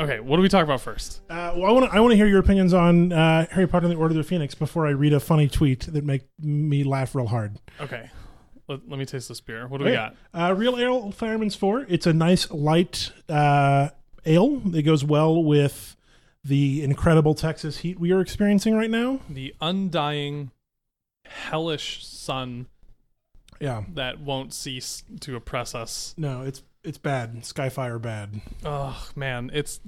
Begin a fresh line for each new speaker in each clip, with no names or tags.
Okay, what do we talk about first?
Uh, well, I want to I want to hear your opinions on uh, Harry Potter and the Order of the Phoenix before I read a funny tweet that make me laugh real hard.
Okay, let, let me taste this beer. What do we got?
Uh, Real Ale Fireman's Four. It's a nice light uh, ale that goes well with the incredible Texas heat we are experiencing right now.
The undying, hellish sun
Yeah,
that won't cease to oppress us.
no, it's it's bad. Skyfire bad.
Oh man, it's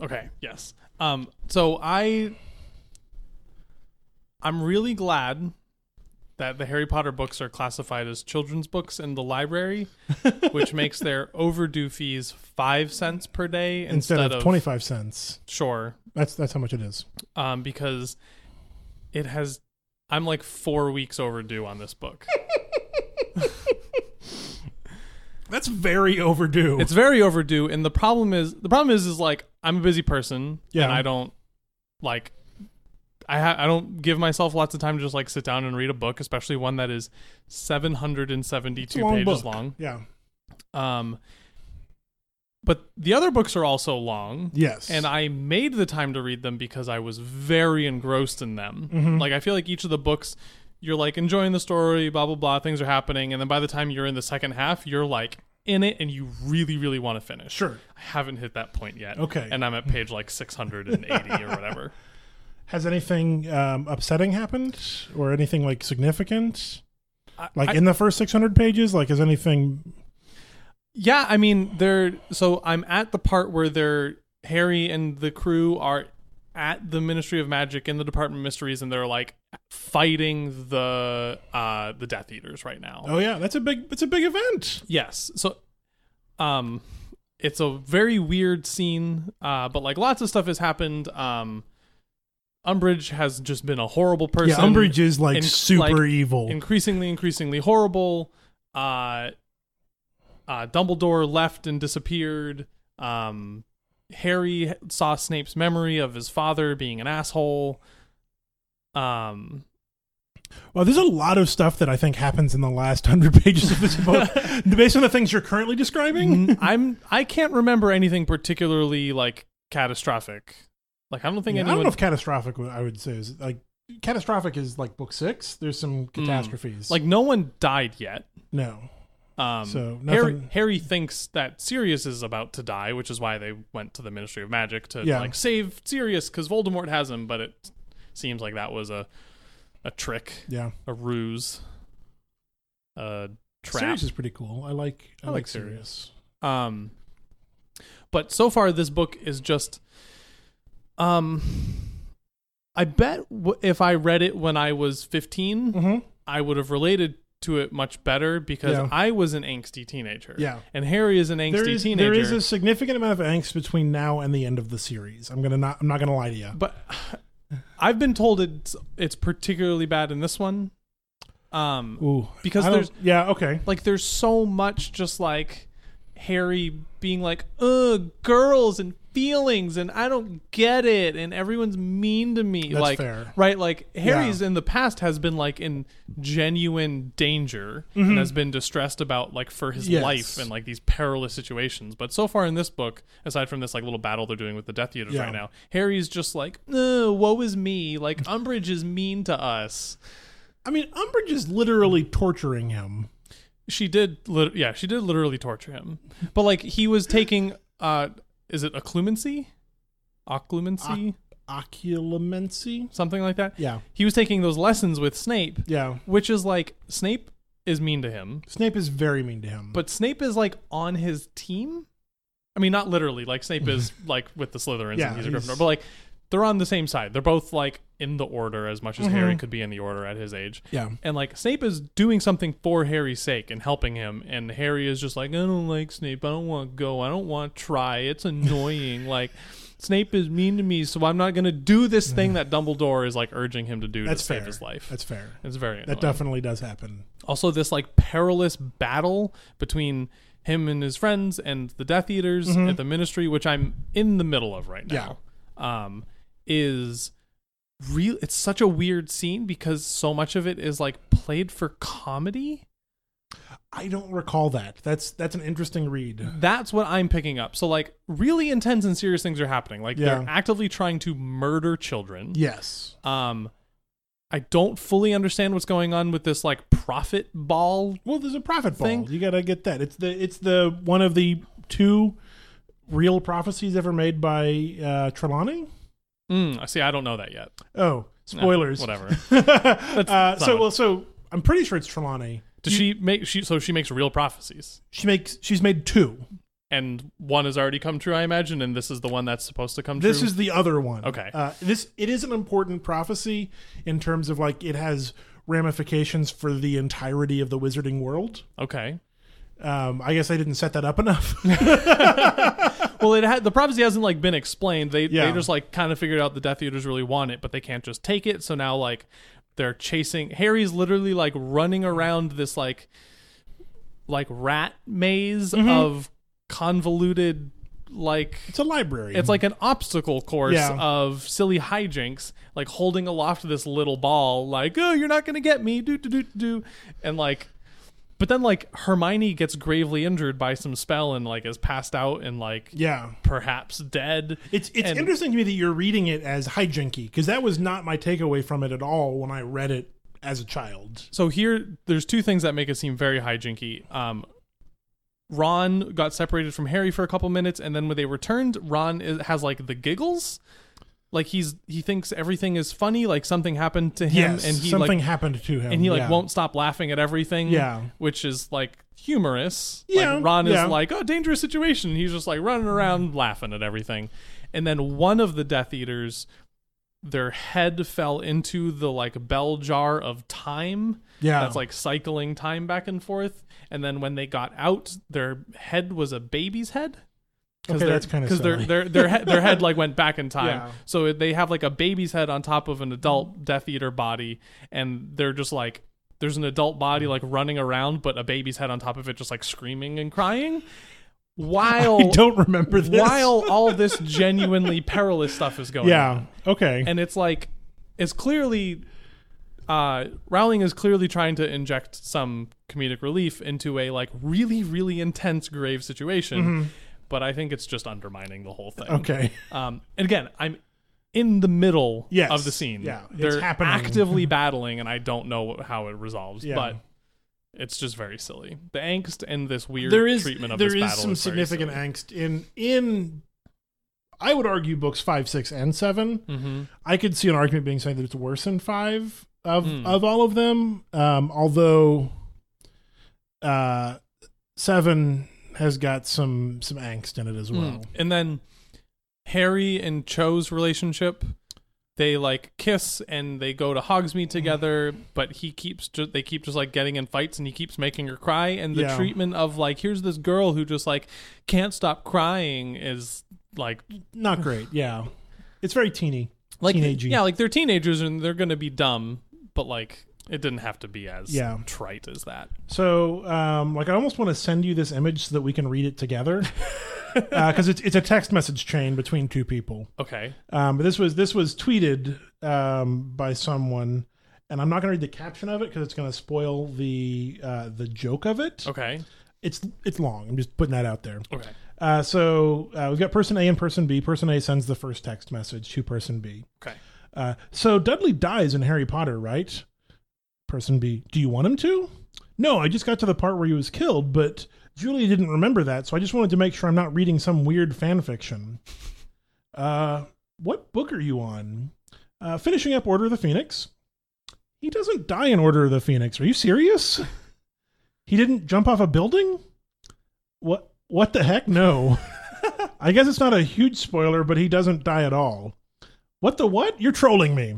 okay. Yes. Um. So I, I'm really glad that the Harry Potter books are classified as children's books in the library, which makes their overdue fees five cents per day
Instead,
instead,
of, twenty five cents,
Sure,
that's that's how much it is.
um, because it has. I'm like four weeks overdue on this book.
That's very overdue.
It's very overdue, and the problem is the problem is is like I'm a busy person,
Yeah.
and I don't like I ha- I don't give myself lots of time to just like sit down and read a book, especially one that is 772
a long
pages
book.
long.
Yeah.
Um, but the other books are also long.
Yes.
And I made the time to read them because I was very engrossed in them. Like I feel like each of the books you're like enjoying the story, blah blah blah, things are happening, and then by the time you're in the second half, you're like in it and you really really want to finish.
Sure.
I haven't hit that point yet.
Okay.
And I'm at page like 680 or whatever.
Has anything um, upsetting happened or anything like significant?
I-
Like
I-
in the first 600 pages? Like, is anything.
Yeah, I mean, they're so I'm at the part where they're Harry and the crew are at the Ministry of Magic in the Department of Mysteries, and they're like fighting the uh the Death Eaters right now.
Oh, yeah, that's a big, it's a big event.
Yes, so um, it's a very weird scene, uh, but like lots of stuff has happened. Um, Umbridge has just been a horrible person.
Yeah, Umbridge is like
in-
super
like,
evil.
increasingly increasingly horrible uh uh dumbledore left and disappeared um harry saw snape's memory of his father being an asshole um
well, there's a lot of stuff that I think happens in the last 100 pages of this book based on the things you're currently describing.
i'm i can't remember anything particularly like catastrophic like i don't think
Yeah, I
anyone
don't know if catastrophic, would- I would say, is like. Catastrophic is like book six. There's some catastrophes.
Hmm. like no one died yet
no,
um
So,
harry,
nothing-
harry thinks that sirius is about to die which is why they went to the ministry of magic to
Yeah.
like save sirius because voldemort has him but it seems like that was a a trick
yeah.
a ruse a trap
Sirius is pretty cool. I like. I,
I like
like
Sirius.
Sirius.
um but so far this book is just um i bet w- if i read it when i was 15
Mhm.
i would have related to it much better because
Yeah.
i was an angsty teenager
Yeah.
and harry is an angsty
There is,
teenager
there is a significant amount of angst between now and the end of the series. I'm gonna not. I'm not gonna lie to you.
but i've been told it's it's particularly bad in this one um
Ooh,
Because
I don't-
there's-
yeah, okay,
like there's so much just like Harry being like, "Ugh, girls and feelings, and I don't get it, and everyone's mean to me."
That's
like,
fair.
right? Like Harry's in the past has been like in genuine danger and has been distressed about like for his
Mm-hmm. Yes.
life and like these perilous situations. But so far in this book, aside from this like little battle they're doing with the Death Eaters
Yeah.
right now, Harry's just like, "Ugh, woe is me." Like Umbridge is mean to us.
I mean, Umbridge is literally torturing him.
she did lit- yeah she did literally torture him but like he was taking uh is it occlumency occlumency
Occlumency.
something like that
Yeah,
he was taking those lessons with snape
yeah.
which is like snape is mean to him
Snape is very mean to him.
but snape is like on his team i mean not literally like snape is like with the slytherins
Yeah,
and he's a
he's-
gryffindor but like they're on the same side they're both like in the order as much as
Mm-hmm.
harry could be in the order at his age
yeah,
and like Snape is doing something for Harry's sake and helping him, and Harry is just like, I don't like Snape. I don't want to go. I don't want to try. It's annoying. like Snape is mean to me, so I'm not gonna do this thing that Dumbledore is like urging him to do
Mm. that's
to
fair.
save his life.
That's fair.
it's very annoying.
That definitely does happen.
also this like perilous battle between him and his friends and the Death Eaters
Mm-hmm.
at the Ministry, which I'm in the middle of right now. Um, is real it's such a weird scene because so much of it is like played for comedy.
I don't recall that. That's that's an interesting read.
That's what I'm picking up. So like really intense and serious things are happening. Like
Yeah.
they're actively trying to murder children.
Yes.
Um I don't fully understand what's going on with this like profit ball.
Well, there's a profit ball.
Thing.
You got to get that. It's the it's the one of the two real prophecies ever made by uh, Trelawney.
Mm, I see. I don't know that yet.
Oh,
No,
spoilers.
whatever.
uh, so
fine.
well, so I'm pretty sure it's Trelawney.
Does she make she? So she makes real prophecies,
She makes she's made two.
and one has already come true, I imagine, and this is the one that's supposed to come
This
true.
is the other one.
Okay.
Uh, this it is an important prophecy in terms of like it has ramifications for the entirety of the wizarding world.
okay.
Um, I guess I didn't set that up enough.
Well, it had the prophecy hasn't like been explained. They
Yeah.
they just like kind of figured out the Death Eaters really want it, but they can't just take it. So now like they're chasing. Harry's literally like running around this like like rat maze
Mm-hmm.
of convoluted like
it's a library.
it's like an obstacle course
Yeah.
of silly hijinks, like holding aloft this little ball, like "oh, you're not gonna get me," do do do do, and like, but then like Hermione gets gravely injured by some spell and like is passed out and like
yeah.
perhaps dead.
It's it's
And-
interesting to me that you're reading it as hijinky because that was not my takeaway from it at all when I read it as a child.
So here, there's two things that make it seem very hijinky. Um, Ron got separated from Harry for a couple minutes, and then when they returned, Ron is, has like the giggles. Like he's he thinks everything is funny, like something happened to him,
yes,
and he like
something happened to him,
and he like
yeah.
won't stop laughing at everything.
Yeah.
which is like humorous.
Yeah,
like Ron
yeah.
is like, oh, dangerous situation. He's just like running around laughing at everything, and then one of the Death Eaters, their head fell into the like bell jar of time.
Yeah.
that's like cycling time back and forth. And then when they got out, their head was a baby's head.
Okay,
their-
that's kinda
their
silly.
their their head, their head like went back in time.
Yeah.
So they have like a baby's head on top of an adult Death Eater body, and they're just like there's an adult body like running around, but a baby's head on top of it, just like screaming and crying.
I
While
don't remember this.
while all this genuinely perilous stuff is going on
yeah, okay,
and it's like it's clearly uh Rowling is clearly trying to inject some comedic relief into a like really really intense grave situation but I think it's just undermining the whole thing.
Mm-hmm. okay.
Um and again, I'm in the middle
Yes.
of the scene.
Yeah, it's
They're
happening. Mm-hmm.
actively battling and I don't know what, how it resolves,
Yeah.
but it's just very silly. The angst and this weird
There is
treatment of
there
this
is
battle
some
is very
significant
silly.
angst in in. I would argue books five, six, and 7
Mhm.
I could see an argument being saying that it's worse than five of
Hmm.
of all of them. Um, although uh, seven has got some some angst in it
Hmm.
as well.
Mm. And then Harry and Cho's relationship, they like kiss and they go to
Mm.
Hogsmeade together, but he keeps ju- they keep just like getting in fights and he keeps making her cry and the
Yeah.
treatment of like here's this girl who just like can't stop crying is like
Not great. Yeah, it's very teeny,
like
teenagey.
yeah, like they're teenagers and they're going to be dumb, but like it didn't have to be as
Yeah.
trite as that.
So, um, like, I almost want to send you this image so that we can read it together, because it's it's a text message chain between two people.
Okay.
Um, but this was this was tweeted um, by someone, and I'm not going to read the caption of it because it's going to spoil the uh, the joke of it.
Okay.
It's it's long. I'm just putting that out there.
Okay.
Uh, so uh, we've got person A and person B. Person A sends the first text message to person B.
Okay.
Uh, so Dudley dies in Harry Potter, right? Person B, do you want him to? No, I just got to the part where he was killed, but Julia didn't remember that, so I just wanted to make sure I'm not reading some weird fan fiction. Uh, what book are you on? Uh, finishing up Order of the Phoenix. He doesn't die in Order of the Phoenix. Are you serious? He didn't jump off a building? What what the heck? No. I guess it's not a huge spoiler, but he doesn't die at all. What the what? You're trolling me.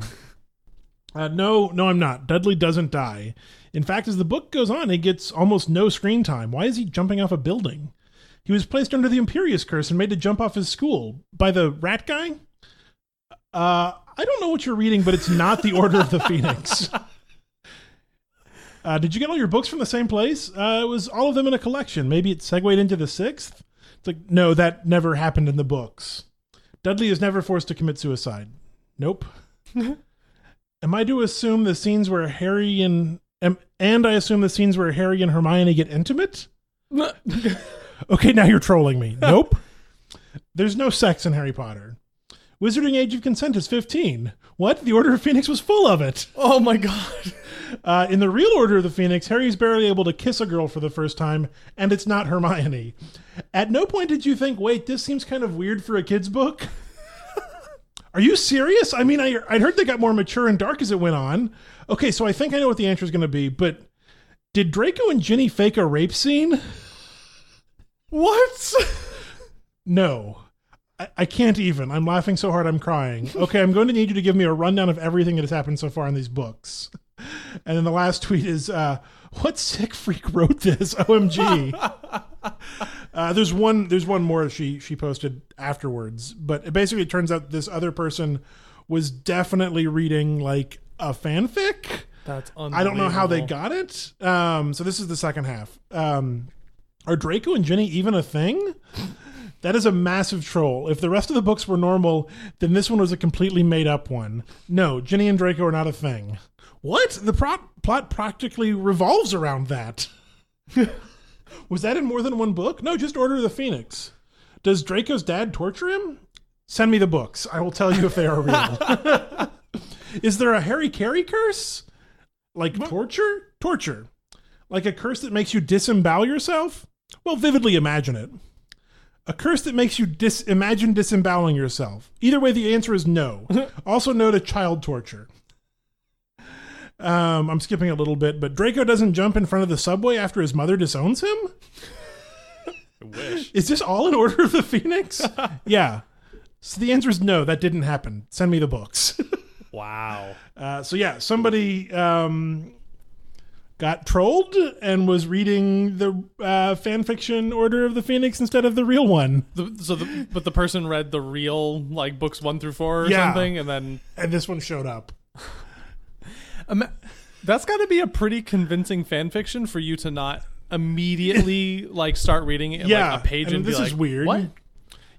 Uh, no, no, I'm not. Dudley doesn't die. In fact, as the book goes on, he gets almost no screen time. Why is he jumping off a building? He was placed under the Imperious Curse and made to jump off his school by the rat guy? Uh, I don't know what you're reading, but it's not the Order of the Phoenix. Uh, did you get all your books from the same place? Uh, it was all of them in a collection. Maybe it segued into the sixth? It's like, no, that never happened in the books. Dudley is never forced to commit suicide. Nope. Am I to assume the scenes where Harry and am, and I assume the scenes where Harry and Hermione get intimate? Okay, now you're trolling me. Nope. There's no sex in Harry Potter. Wizarding age of consent is 15. What? The Order of Phoenix was full of it.
oh my god.
Uh, in the real Order of the Phoenix, Harry's barely able to kiss a girl for the first time, and it's not Hermione. At no point did you think, wait, this seems kind of weird for a kid's book. Are you serious? I mean, I, I heard they got more mature and dark as it went on. Okay, so I think I know what the answer is going to be, but did Draco and Ginny fake a rape scene?
What?
No. I, I can't even. I'm laughing so hard I'm crying. Okay, I'm going to need you to give me a rundown of everything that has happened so far in these books. And then the last tweet is, uh, "What sick freak wrote this?" OMG. uh, there's one. There's one more she she posted afterwards, but it basically it turns out this other person was definitely reading like a fanfic.
That's unbelievable.
I don't know how they got it. Um, so this is the second half. Um, are Draco and Ginny even a thing? That is a massive troll. If the rest of the books were normal, then this one was a completely made up one. No, Ginny and Draco are not a thing. What? The pro- plot practically revolves around that. was that in more than one book? No, just Order of the Phoenix. Does Draco's dad torture him? Send me the books. I will tell you if they are real. is there a Harry Carey curse? Like torture? Torture. Like a curse that makes you disembowel yourself? Well, vividly imagine it. A curse that makes you dis- imagine disemboweling yourself. Either way, the answer is no. also, no to child torture. Um, I'm skipping a little bit, but Draco doesn't jump in front of the subway after his mother disowns him?
I wish.
Is this all in Order of the Phoenix? yeah. So the answer is no, that didn't happen. Send me the books.
Wow.
Uh, so yeah, somebody um, got trolled and was reading the uh, fan fiction Order of the Phoenix instead of the real one,
The, so, the, but the person read the real like books one through four or
Yeah.
something, and then
and this one showed up.
Ima- that's got to be a pretty convincing fan fiction for you to not immediately like start reading it
Yeah,
like a page
and
and, be
this is
like,
weird.
What?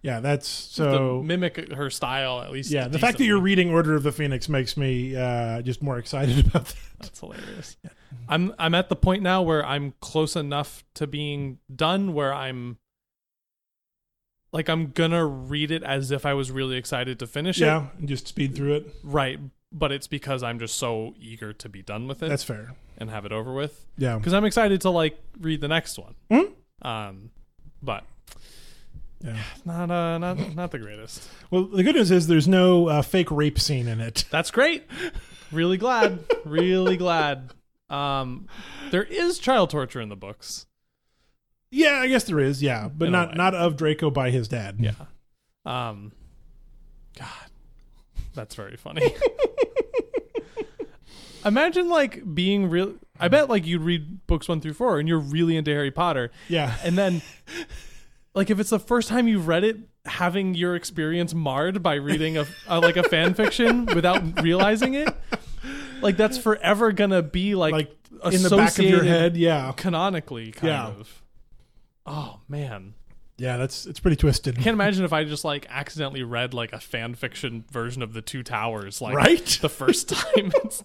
Yeah, that's
To
so.
mimic her style at least.
Yeah, the fact that
decently.
you're reading Order of the Phoenix makes me uh, just more excited about that.
That's hilarious. I'm I'm at the point now where I'm close enough to being done where I'm like I'm gonna read it as if I was really excited to finish it.
Yeah, and just speed through it.
Right. But it's because I'm just so eager to be done with it
That's fair.
and have it over with.
Yeah,
Because I'm excited to like read the next one.
Hmm?
Um but
yeah.
not uh not not the greatest.
Well, the good news is there's no uh, fake rape scene in it.
That's great. Really glad. really glad. Um there is child torture in the books.
Yeah, I guess there is. Yeah, but
In a
not
way.
not of Draco by his dad.
Yeah. Um God. That's very funny. Imagine like being real I bet like you'd read books 1 through 4 and you're really into Harry Potter
Yeah.
and then like if it's the first time you've read it having your experience marred by reading a, a like a fan fiction without realizing it like that's forever going to be like,
like in the back of your
associated
head. Yeah,
canonically kind
Yeah.
of. Oh man.
yeah, that's it's pretty twisted,
can't imagine if I just like accidentally read like a fan fiction version of the Two Towers, like
right?
the first time. It's-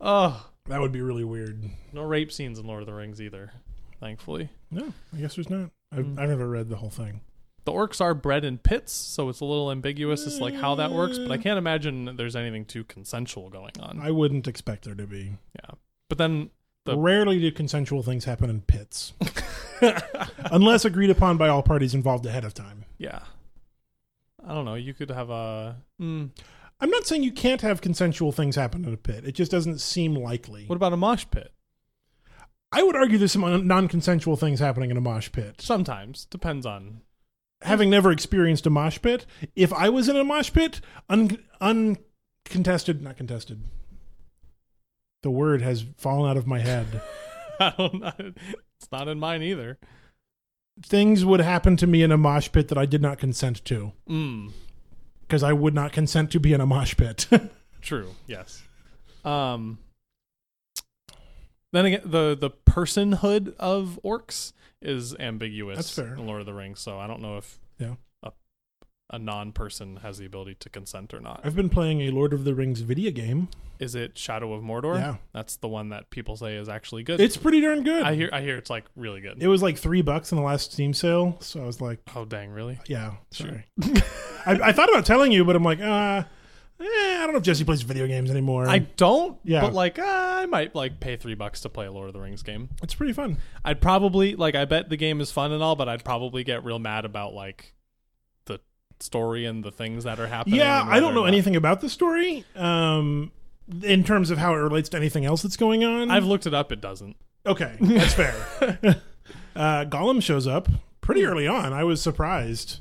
oh,
That would be really weird.
no rape scenes in Lord of the Rings either, thankfully.
No, I guess there's not. I've, I've never read the whole thing.
The orcs are bred in pits, so it's a little ambiguous as to, like how that works. But I can't imagine that there's anything too consensual going on.
I wouldn't expect there to be.
Yeah, but then The-
Rarely do consensual things happen in pits, unless agreed upon by all parties involved ahead of time.
yeah, I don't know. You could have a. Mm,
I'm not saying you can't have consensual things happen in a pit. It just doesn't seem likely.
what about a mosh pit?
I would argue there's some non-consensual things happening in a mosh pit.
Sometimes depends on.
having never experienced a mosh pit, if I was in a mosh pit, un- uncontested, not contested. The word has fallen out of my head.
I don't know. It's not in mine either.
Things would happen to me in a mosh pit that I did not consent to
Mm.
because I would not consent to be in a mosh pit.
True. Yes. Um. Then again, the the personhood of orcs is ambiguous.
That's fair.
In Lord of the Rings, so I don't know if
Yeah.
a a non-person has the ability to consent or not.
I've been playing a Lord of the Rings video game.
Is it Shadow of Mordor?
Yeah.
that's the one that people say is actually good.
It's pretty darn good.
I hear I hear it's like really good.
it was like three bucks in the last Steam sale, so I was like,
oh dang, really?
yeah, sorry. I, I thought about telling you, but I'm like, uh, eh, I don't know if Jesse plays video games anymore.
I don't.
Yeah.
But like, uh, I might like pay three bucks to play a Lord of the Rings game.
it's pretty fun.
I'd probably like. I bet the game is fun and all, but I'd probably get real mad about like the story and the things that are happening.
Yeah,
and
I don't
whether
know
or not-
anything about the story um, in terms of how it relates to anything else that's going on.
I've looked it up. It doesn't.
okay, that's fair. uh, Gollum shows up
Hmm.
pretty early on. I was surprised.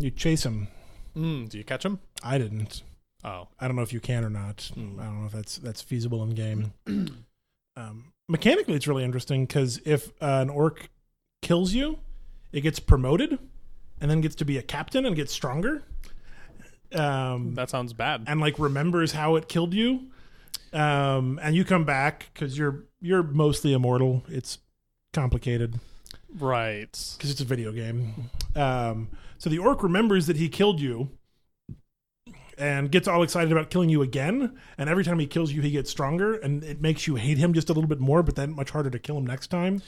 You chase him.
Mm, do you catch him?
I didn't.
Oh,
I don't know if you can or not. I don't know if that's that's feasible in game. um, mechanically, it's really interesting because if uh, an orc kills you, it gets promoted, and then gets to be a captain and gets stronger. Um,
that sounds bad.
and like remembers how it killed you. Um, and you come back because you're you're mostly immortal. It's complicated
Right.
because it's a video game. Um, so the orc remembers that he killed you and gets all excited about killing you again. And every time he kills you, he gets stronger, and it makes you hate him just a little bit more, but then much harder to kill him next time.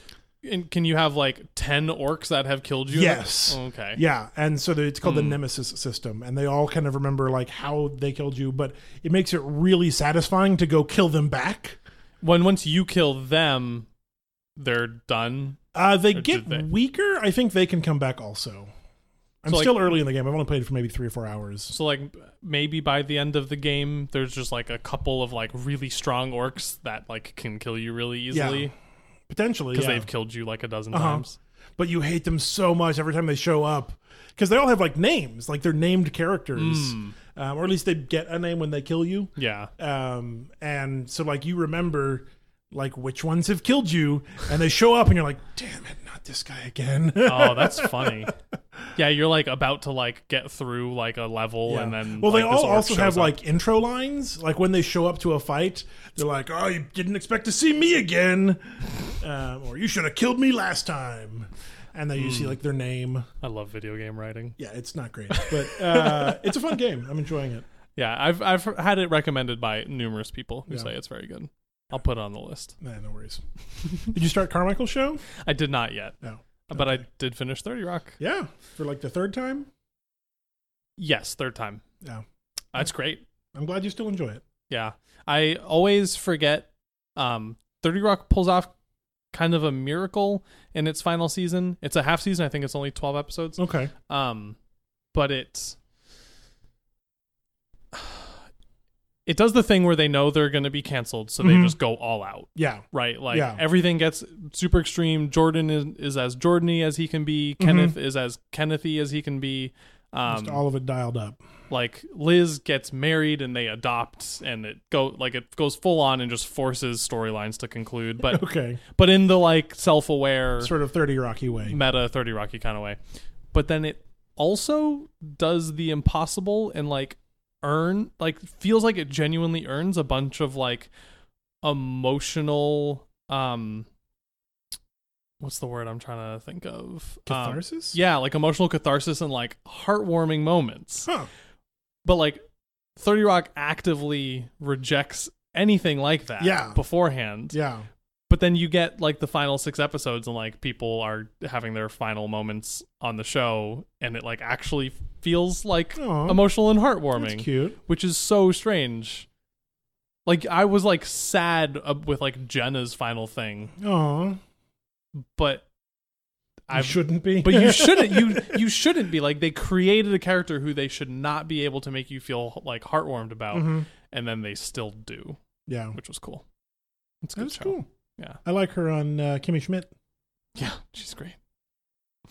And can you have like ten orcs that have killed you?
Yes.
Okay.
Yeah, and so the- it's called the Nemesis system, and they all kind of remember like how they killed you, but it makes it really satisfying to go kill them back.
When once you kill them, they're done.
Uh, they
Or did
get
they?
weaker. I think they can come back also. I'm
So, like-
still early in the game. I've only played for maybe three or four hours.
So like maybe by the end of the game, there's just like a couple of like really strong orcs that like can kill you really easily
Potentially,
because
yeah.
they've killed you like a dozen
Uh-huh.
times.
but you hate them so much every time they show up because they all have like names, like they're named characters,
Hmm.
um, or at least they get a name when they kill you.
Yeah.
Um, and so like you remember like which ones have killed you, and they show up, and you're like, damn it, not this guy again.
Oh, that's funny. Yeah, you're like about to like get through like a level and
Yeah.
then
well, they
like, this
all
orc
also
shows
have
up.
like intro lines. Like when they show up to a fight, they're like, "Oh, you didn't expect to see me again," um, or "You should have killed me last time," and then you
Hmm.
see like their name.
I love video game writing.
Yeah, it's not great, but uh, it's a fun game. I'm enjoying it.
Yeah, I've I've had it recommended by numerous people who
Yeah.
say it's very good. I'll put it on the list.
Nah, no worries. Did you start Carmichael show?
I did not yet,
No.
but I did finish 30 Rock.
Yeah, for like the third time.
Yes, third time.
Yeah.
That's great.
I'm glad you still enjoy it.
Yeah. I always forget um 30 Rock pulls off kind of a miracle in its final season. It's a half season. I think it's only 12 episodes.
Okay.
Um but it's it does the thing where they know they're going to be canceled, so they
Mhm.
just go all out,
Yeah.
right? Like
Yeah.
everything gets super extreme. Jordan is, is as Jordany as he can be. Kenneth is as Kennethy as he can be. Um,
Mm-hmm. Just all of it dialed up.
like Liz gets married and they adopt and it go like it goes full on and just forces storylines to conclude but
Okay.
but in the like self-aware
Sort of 30 Rocky way.
meta 30 rocky kind of way but then it also does the impossible and like earn like feels like it genuinely earns a bunch of like emotional um what's the word i'm trying to think of Um,
Catharsis?
yeah like emotional catharsis and like heartwarming moments
Huh.
but like 30 rock actively rejects anything like that
Yeah.
beforehand
Yeah.
but then you get like the final six episodes and like people are having their final moments on the show and it like actually feels like
Aw.
emotional and
That's
heartwarming
cute.
which is so strange like i was like sad uh, with like jenna's final thing
Aw.
but
I
i
shouldn't be.
but you shouldn't you you shouldn't be like they created a character who they should not be able to make you feel like heartwarmed about
Mhm.
and then they still do
Yeah,
Oh. which was cool it's a good
that's
show.
cool.
Yeah.
I like her on uh, Kimmy Schmidt.
yeah she's great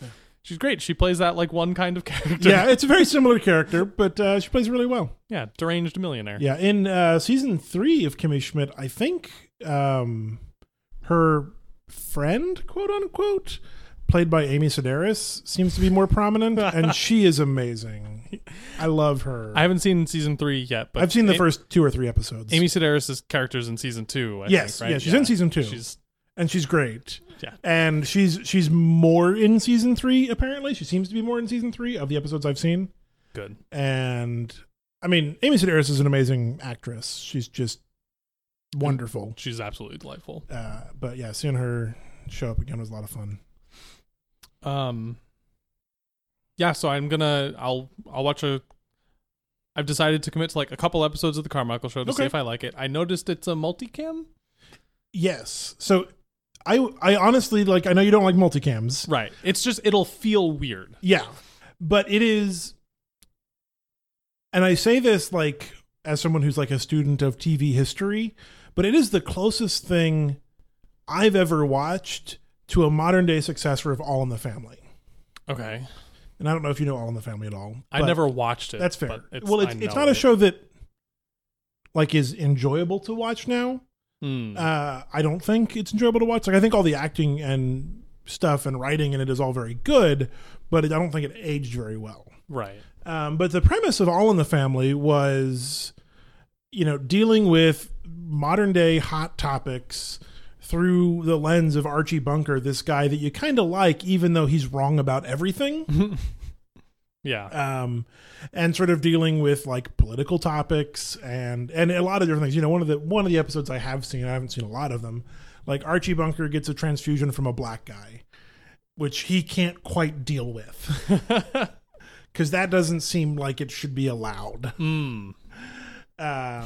Yeah.
she's great she plays that like one kind of character
Yeah, it's a very similar character, but uh, she plays really well.
yeah deranged millionaire
Yeah, in uh, season three of Kimmy Schmidt, I think um, her friend, quote unquote, played by Amy Sedaris, seems to be more prominent, and she is amazing. I love her.
i haven't seen season three yet but
I've seen the
A-
first two or three episodes.
amy sedaris's characters in season two I
Yes,
think, right?
yeah, she's in season two.
she's
and she's great.
Yeah.
And she's she's more in season three, apparently. She seems to be more in season three of the episodes I've seen.
Good.
And I mean, Amy Sedaris is an amazing actress. She's just wonderful.
She's absolutely delightful.
Uh, but yeah, seeing her show up again was a lot of fun.
Um Yeah, so I'm gonna I'll I'll watch a I've decided to commit to like a couple episodes of the Carmichael show to see
Okay.
if I like it. I noticed it's a multicam.
Yes. So I I honestly like I know you don't like multicams.
Right. It's just it'll feel weird.
Yeah. But it is and I say this like as someone who's like a student of TV history, but it is the closest thing I've ever watched to a modern day successor of All in the Family.
Okay.
And I don't know if you know All in the Family at all.
I
but
never watched it.
That's
but
fair. well, it's,
I
it's
know
not a
it.
show that like is enjoyable to watch now.
Hmm.
Uh, I don't think it's enjoyable to watch. Like I think all the acting and stuff and writing in it is all very good, but it, I don't think it aged very well.
right.
Um, but the premise of All in the Family was, you know, dealing with modern day hot topics through the lens of Archie Bunker, this guy that you kind of like, even though he's wrong about everything
Yeah.
um, and sort of dealing with like political topics and and a lot of different things. You know, one of the one of the episodes I have seen, I haven't seen a lot of them. Like Archie Bunker gets a transfusion from a black guy, which he can't quite deal with because that doesn't seem like it should be allowed.
Hmm.
Um,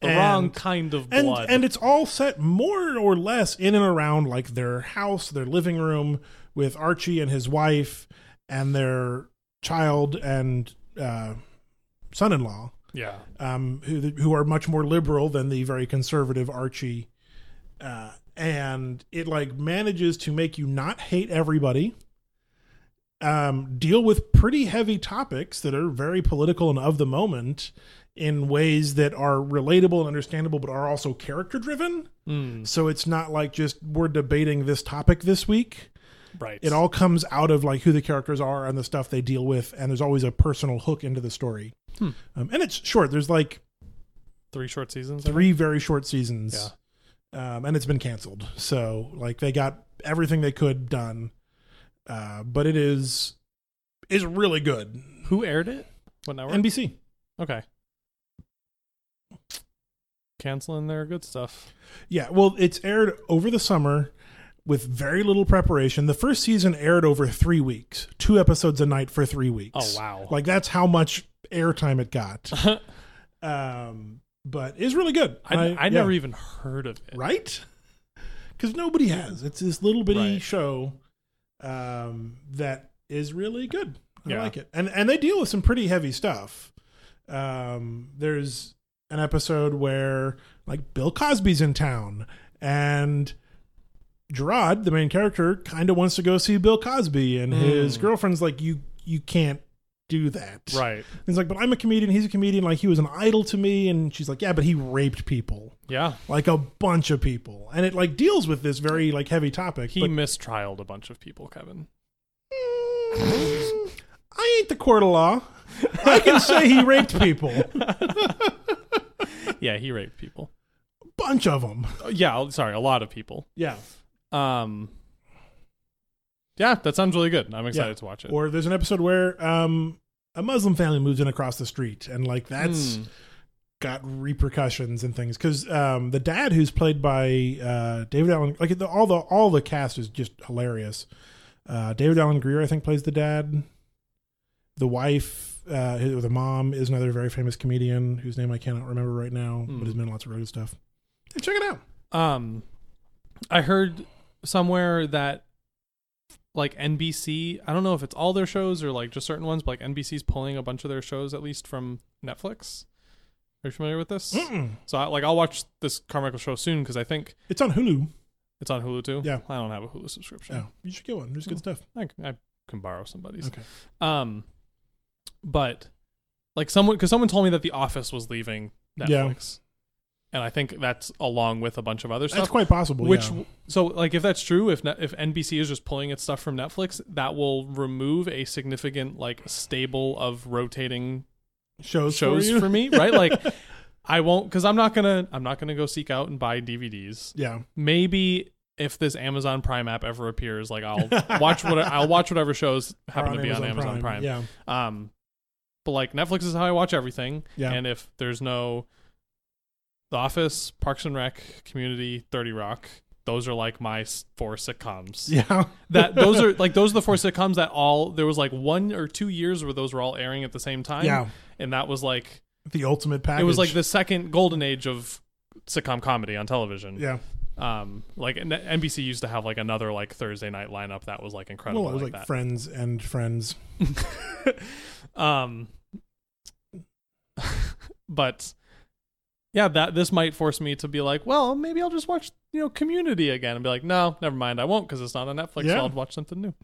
The
and-
wrong kind of
and
blood.
and it's all set more or less in and around like their house, their living room with Archie and his wife and their child and uh, son-in-law,
yeah.
um, who who are much more liberal than the very conservative Archie. Uh, and it like manages to make you not hate everybody. Um, deal with pretty heavy topics that are very political and of the moment in ways that are relatable and understandable, but are also character driven.
Hmm.
So it's not like just we're debating this topic this week.
Right.
It all comes out of like who the characters are and the stuff they deal with, and there's always a personal hook into the story.
Hmm.
Um, and it's short. There's like
three short seasons. I think?
three very short seasons, um, and it's been canceled. So like they got everything they could done, uh, but it is is really good.
Who aired it? What network?
NBC.
okay. Canceling their good stuff.
Yeah, well, it's aired over the summer with very little preparation. The first season aired over three weeks, two episodes a night for three weeks.
Oh wow.
Like that's how much airtime it got. um, but it's really good.
I, I,
yeah.
never even heard of it.
right because nobody has. It's this little bitty
Right.
show um, that is really good. I
Yeah.
like it, and and they deal with some pretty heavy stuff. Um, there's an episode where like Bill Cosby's in town, and Gerard, the main character, kind of wants to go see Bill Cosby, and his
Mm.
girlfriend's like, "You you can't." do that
Right.
he's like but i'm a comedian he's a comedian like he was an idol to me and she's like yeah but he raped people
Yeah.
like a bunch of people and it like deals with this very like heavy topic
He
but
mistrialed a bunch of people, Kevin.
Mm, i ain't the court of law i can say he raped people
Yeah, he raped people.
bunch of them
Oh, yeah, oh, sorry, a lot of people.
yeah
Um Yeah, that sounds really good. I'm excited
Yeah.
to watch it.
or there's an episode where um a muslim family moves in across the street and like that's
Hmm.
got repercussions and things because um the dad who's played by uh david allen like the, all the all the cast is just hilarious uh david allen greer i think plays the dad the wife uh or the mom is another very famous comedian whose name i cannot remember right now
Hmm.
but has been in lots of really good stuff Hey, check it out
Um, I heard somewhere that like NBC, I don't know if it's all their shows or like just certain ones, but like NBC's pulling a bunch of their shows at least from Netflix. Are you familiar with this?
Mm-mm.
So I, like I'll watch this Carmichael show soon because I think
it's on hulu
it's on Hulu too.
Yeah.
I don't have a Hulu subscription.
yeah you should get one there's good stuff
I, c- I can borrow somebody's.
okay
Um, but like someone, because someone told me that The Office was leaving
Yeah.
Netflix, and I think that's along with a bunch of other
that's
stuff.
quite possible
Which
yeah.
so like if that's true, if Net- if NBC is just pulling its stuff from Netflix, that will remove a significant like stable of rotating
shows
shows
for
for,
you
me, right? Like I won't because I'm not gonna I'm not gonna go seek out and buy DVDs.
yeah
Maybe if this Amazon Prime app ever appears, like I'll watch what I'll watch whatever shows happen
Or
to be on Amazon Prime.
Yeah.
Um, but like Netflix is how I watch everything.
Yeah.
And if there's no The Office, Parks and Rec, Community, Thirty Rock, those are like my s- four sitcoms.
Yeah.
That those are like those are the four sitcoms that all there was like one or two years where those were all airing at the same time.
Yeah.
And that was like
The ultimate package.
it was like the second golden age of sitcom comedy on television.
Yeah.
Um, like N- NBC used to have like another like Thursday night lineup that was like incredible.
Well, it was like,
like that.
friends and friends.
Um, but yeah, that this might force me to be like, well, maybe I'll just watch you know Community again, and be like, no, never mind, I won't because it's not on Netflix.
Yeah.
So I'll watch something new.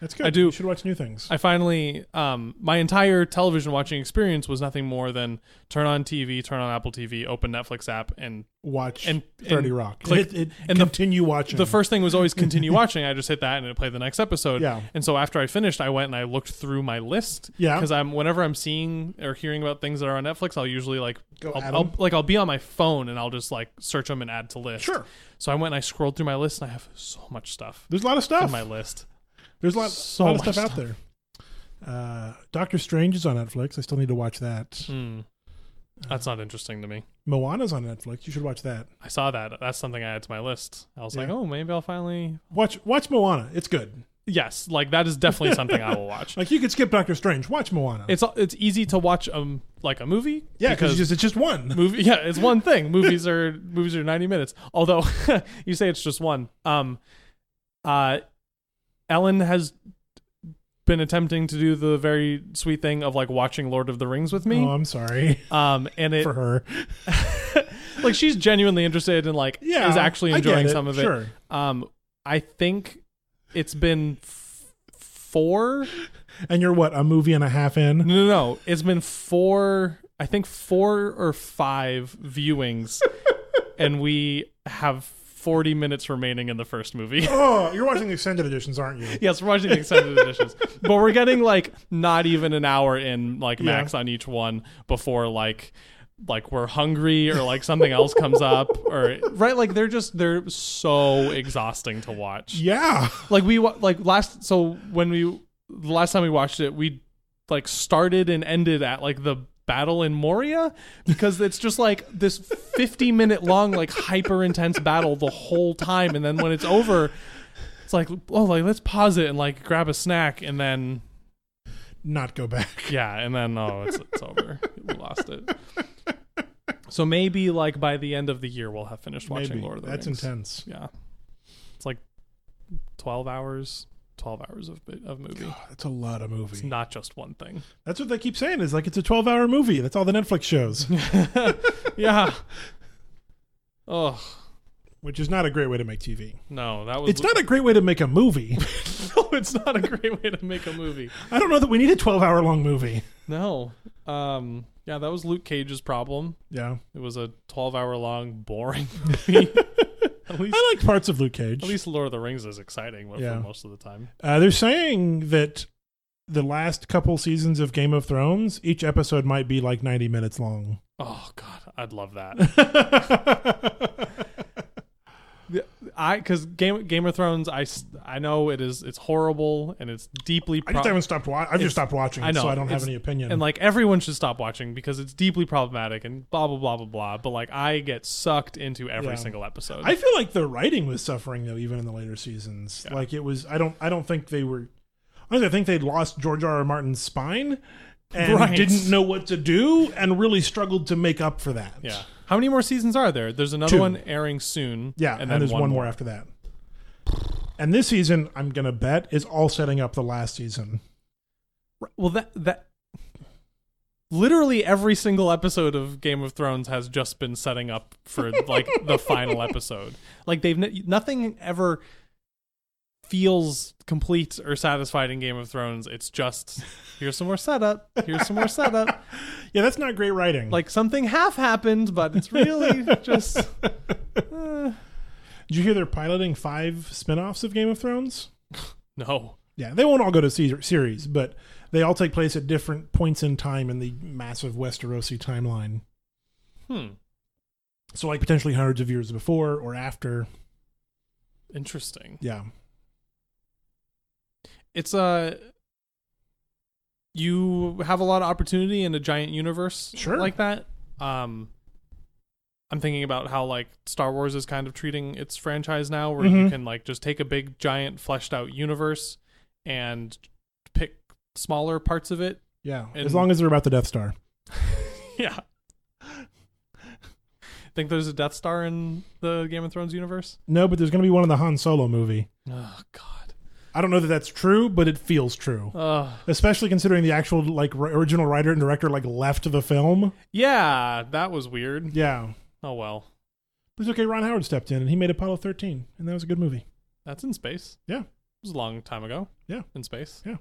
That's good.
I do-
You should watch new things.
I finally, um, my entire television watching experience was nothing more than turn on TV, turn on Apple TV, open Netflix app, and
watch
and-
Thirty
and
Rock.
click-
it, it,
and the-
continue watching.
the first thing was always continue watching. I just hit that and it played the next episode.
Yeah.
And so after I finished, I went and I looked through my list.
Yeah.
Because I'm whenever I'm seeing or hearing about things that are on Netflix, I'll usually like
Go
I'll,
at
I'll-
Oh, 'em.
like I'll be on my phone and I'll just like search them and add to list.
Sure.
So I went and I scrolled through my list and I have so much stuff
There's a lot of
on
stuff.
my list.
There's a lot,
so
lot of
much
stuff, out there. Uh, Doctor Strange is on Netflix. I still need to watch that.
Hmm. That's not interesting to me.
Moana's on Netflix. You should watch that.
I saw that. That's something I added to my list. I was like,
Yeah.
oh, maybe I'll finally.
Watch watch Moana. It's good.
Yes, like that is definitely something I will watch.
Like you could skip Doctor Strange. Watch Moana.
It's it's easy to watch um like a movie.
yeah, because just, it's just one.
movie yeah it's one thing movies are movies are 90 minutes although you say it's just one um uh ellen has been attempting to do the very sweet thing of like watching lord of the rings with
Oh,
me
I'm sorry
um and it
for her.
like she's genuinely interested and like
Yeah,
is actually
I get
enjoying
it.
some of it
Sure.
um i think it's been f- four
And you're what a movie and a half in.
No, no, no. It's been four, I think four or five viewings, and we have 40 minutes remaining in the first movie.
Oh, you're watching the extended editions, aren't you?
yes, we're watching the extended editions, but we're getting like not even an hour in, like max on each one before like like we're hungry or like something else comes up or right like they're just they're so exhausting to watch
Yeah.
like we wa- like last so when we the last time we watched it we like started and ended at like the battle in moria because it's just like this 50 minute long like hyper intense battle the whole time and then when it's over it's like oh like let's pause it and like grab a snack and then
Not go back.
yeah and then oh it's, it's over we lost it so maybe like by the end of the year we'll have finished watching
Maybe
lord of the
that's
rings
intense.
yeah. It's like 12 hours, 12 hours of of movie.
Oh, that's a lot of movie.
It's not just one thing.
That's what they keep saying is like it's a 12 hour movie. That's all the Netflix shows,
Yeah. oh,
which is not a great way to make TV.
no, that was
It's not a great way to make a movie.
no, it's not a great way to make a movie.
I don't know that we need a 12 hour long movie.
No. Um yeah, that was Luke Cage's problem.
Yeah.
It was a 12-hour long boring movie. at least
I like parts of Luke Cage.
at least Lord of the Rings is exciting but
Yeah.
for most of the time.
Uh, they're saying that the last couple seasons of Game of Thrones, each episode might be like 90 minutes long.
Oh god, I'd love that. I because Game Game of Thrones, I s- I know it is it's horrible and it's deeply.
I
pro-
just haven't stopped watching. I've
It's-
just stopped watching,
I know,
so I don't have
it's-
any opinion.
and like everyone should stop watching because it's deeply problematic and blah blah blah blah blah. But like I get sucked into every
Yeah.
single episode.
I feel like the writing was suffering though, even in the later seasons.
Yeah.
Like it was. I don't. I don't think they were. I think they'd lost George R. R. Martin's spine and
Right.
didn't know what to do, and really struggled to make up for that.
yeah. How many more seasons are there? There's another
Two.
one airing soon.
yeah. And,
and, then
there's one,
one
more after that. And this season, I'm gonna bet is all setting up the last season.
Well, that that literally every single episode of Game of Thrones has just been setting up for like the final episode. Like they've n- nothing ever feels complete or satisfied in Game of Thrones. It's just here's some more setup, here's some more setup.
Yeah, that's not great writing.
Like something half happened, but it's really just eh.
did you hear they're piloting five spin-offs of Game of Thrones?
no.
Yeah, they won't all go to Caesar series, but they all take place at different points in time in the massive Westerosi timeline.
Hmm.
So, like potentially hundreds of years before or after.
Interesting.
Yeah.
It's Uh, you have a lot of opportunity in a giant universe
Sure.
like that. Um, I'm thinking about how like Star Wars is kind of treating its franchise now, where you
Mhm.
can like just take a big, giant, fleshed out universe and pick smaller parts of it.
Yeah.
And-
as long as they're about the Death Star.
yeah. Think there's a Death Star in the Game of Thrones universe?
No, but there's going to be one in the Han Solo movie.
Oh God.
I don't know that that's true, but it feels true.
Ugh.
Especially considering the actual like ri- original writer and director like left the film.
Yeah, that was weird.
Yeah.
Oh well,
But it's okay. Ron Howard stepped in and he made Apollo 13, and that was a good movie.
that's in space.
Yeah.
it was a long time ago.
Yeah.
in space. Uh,
Yeah.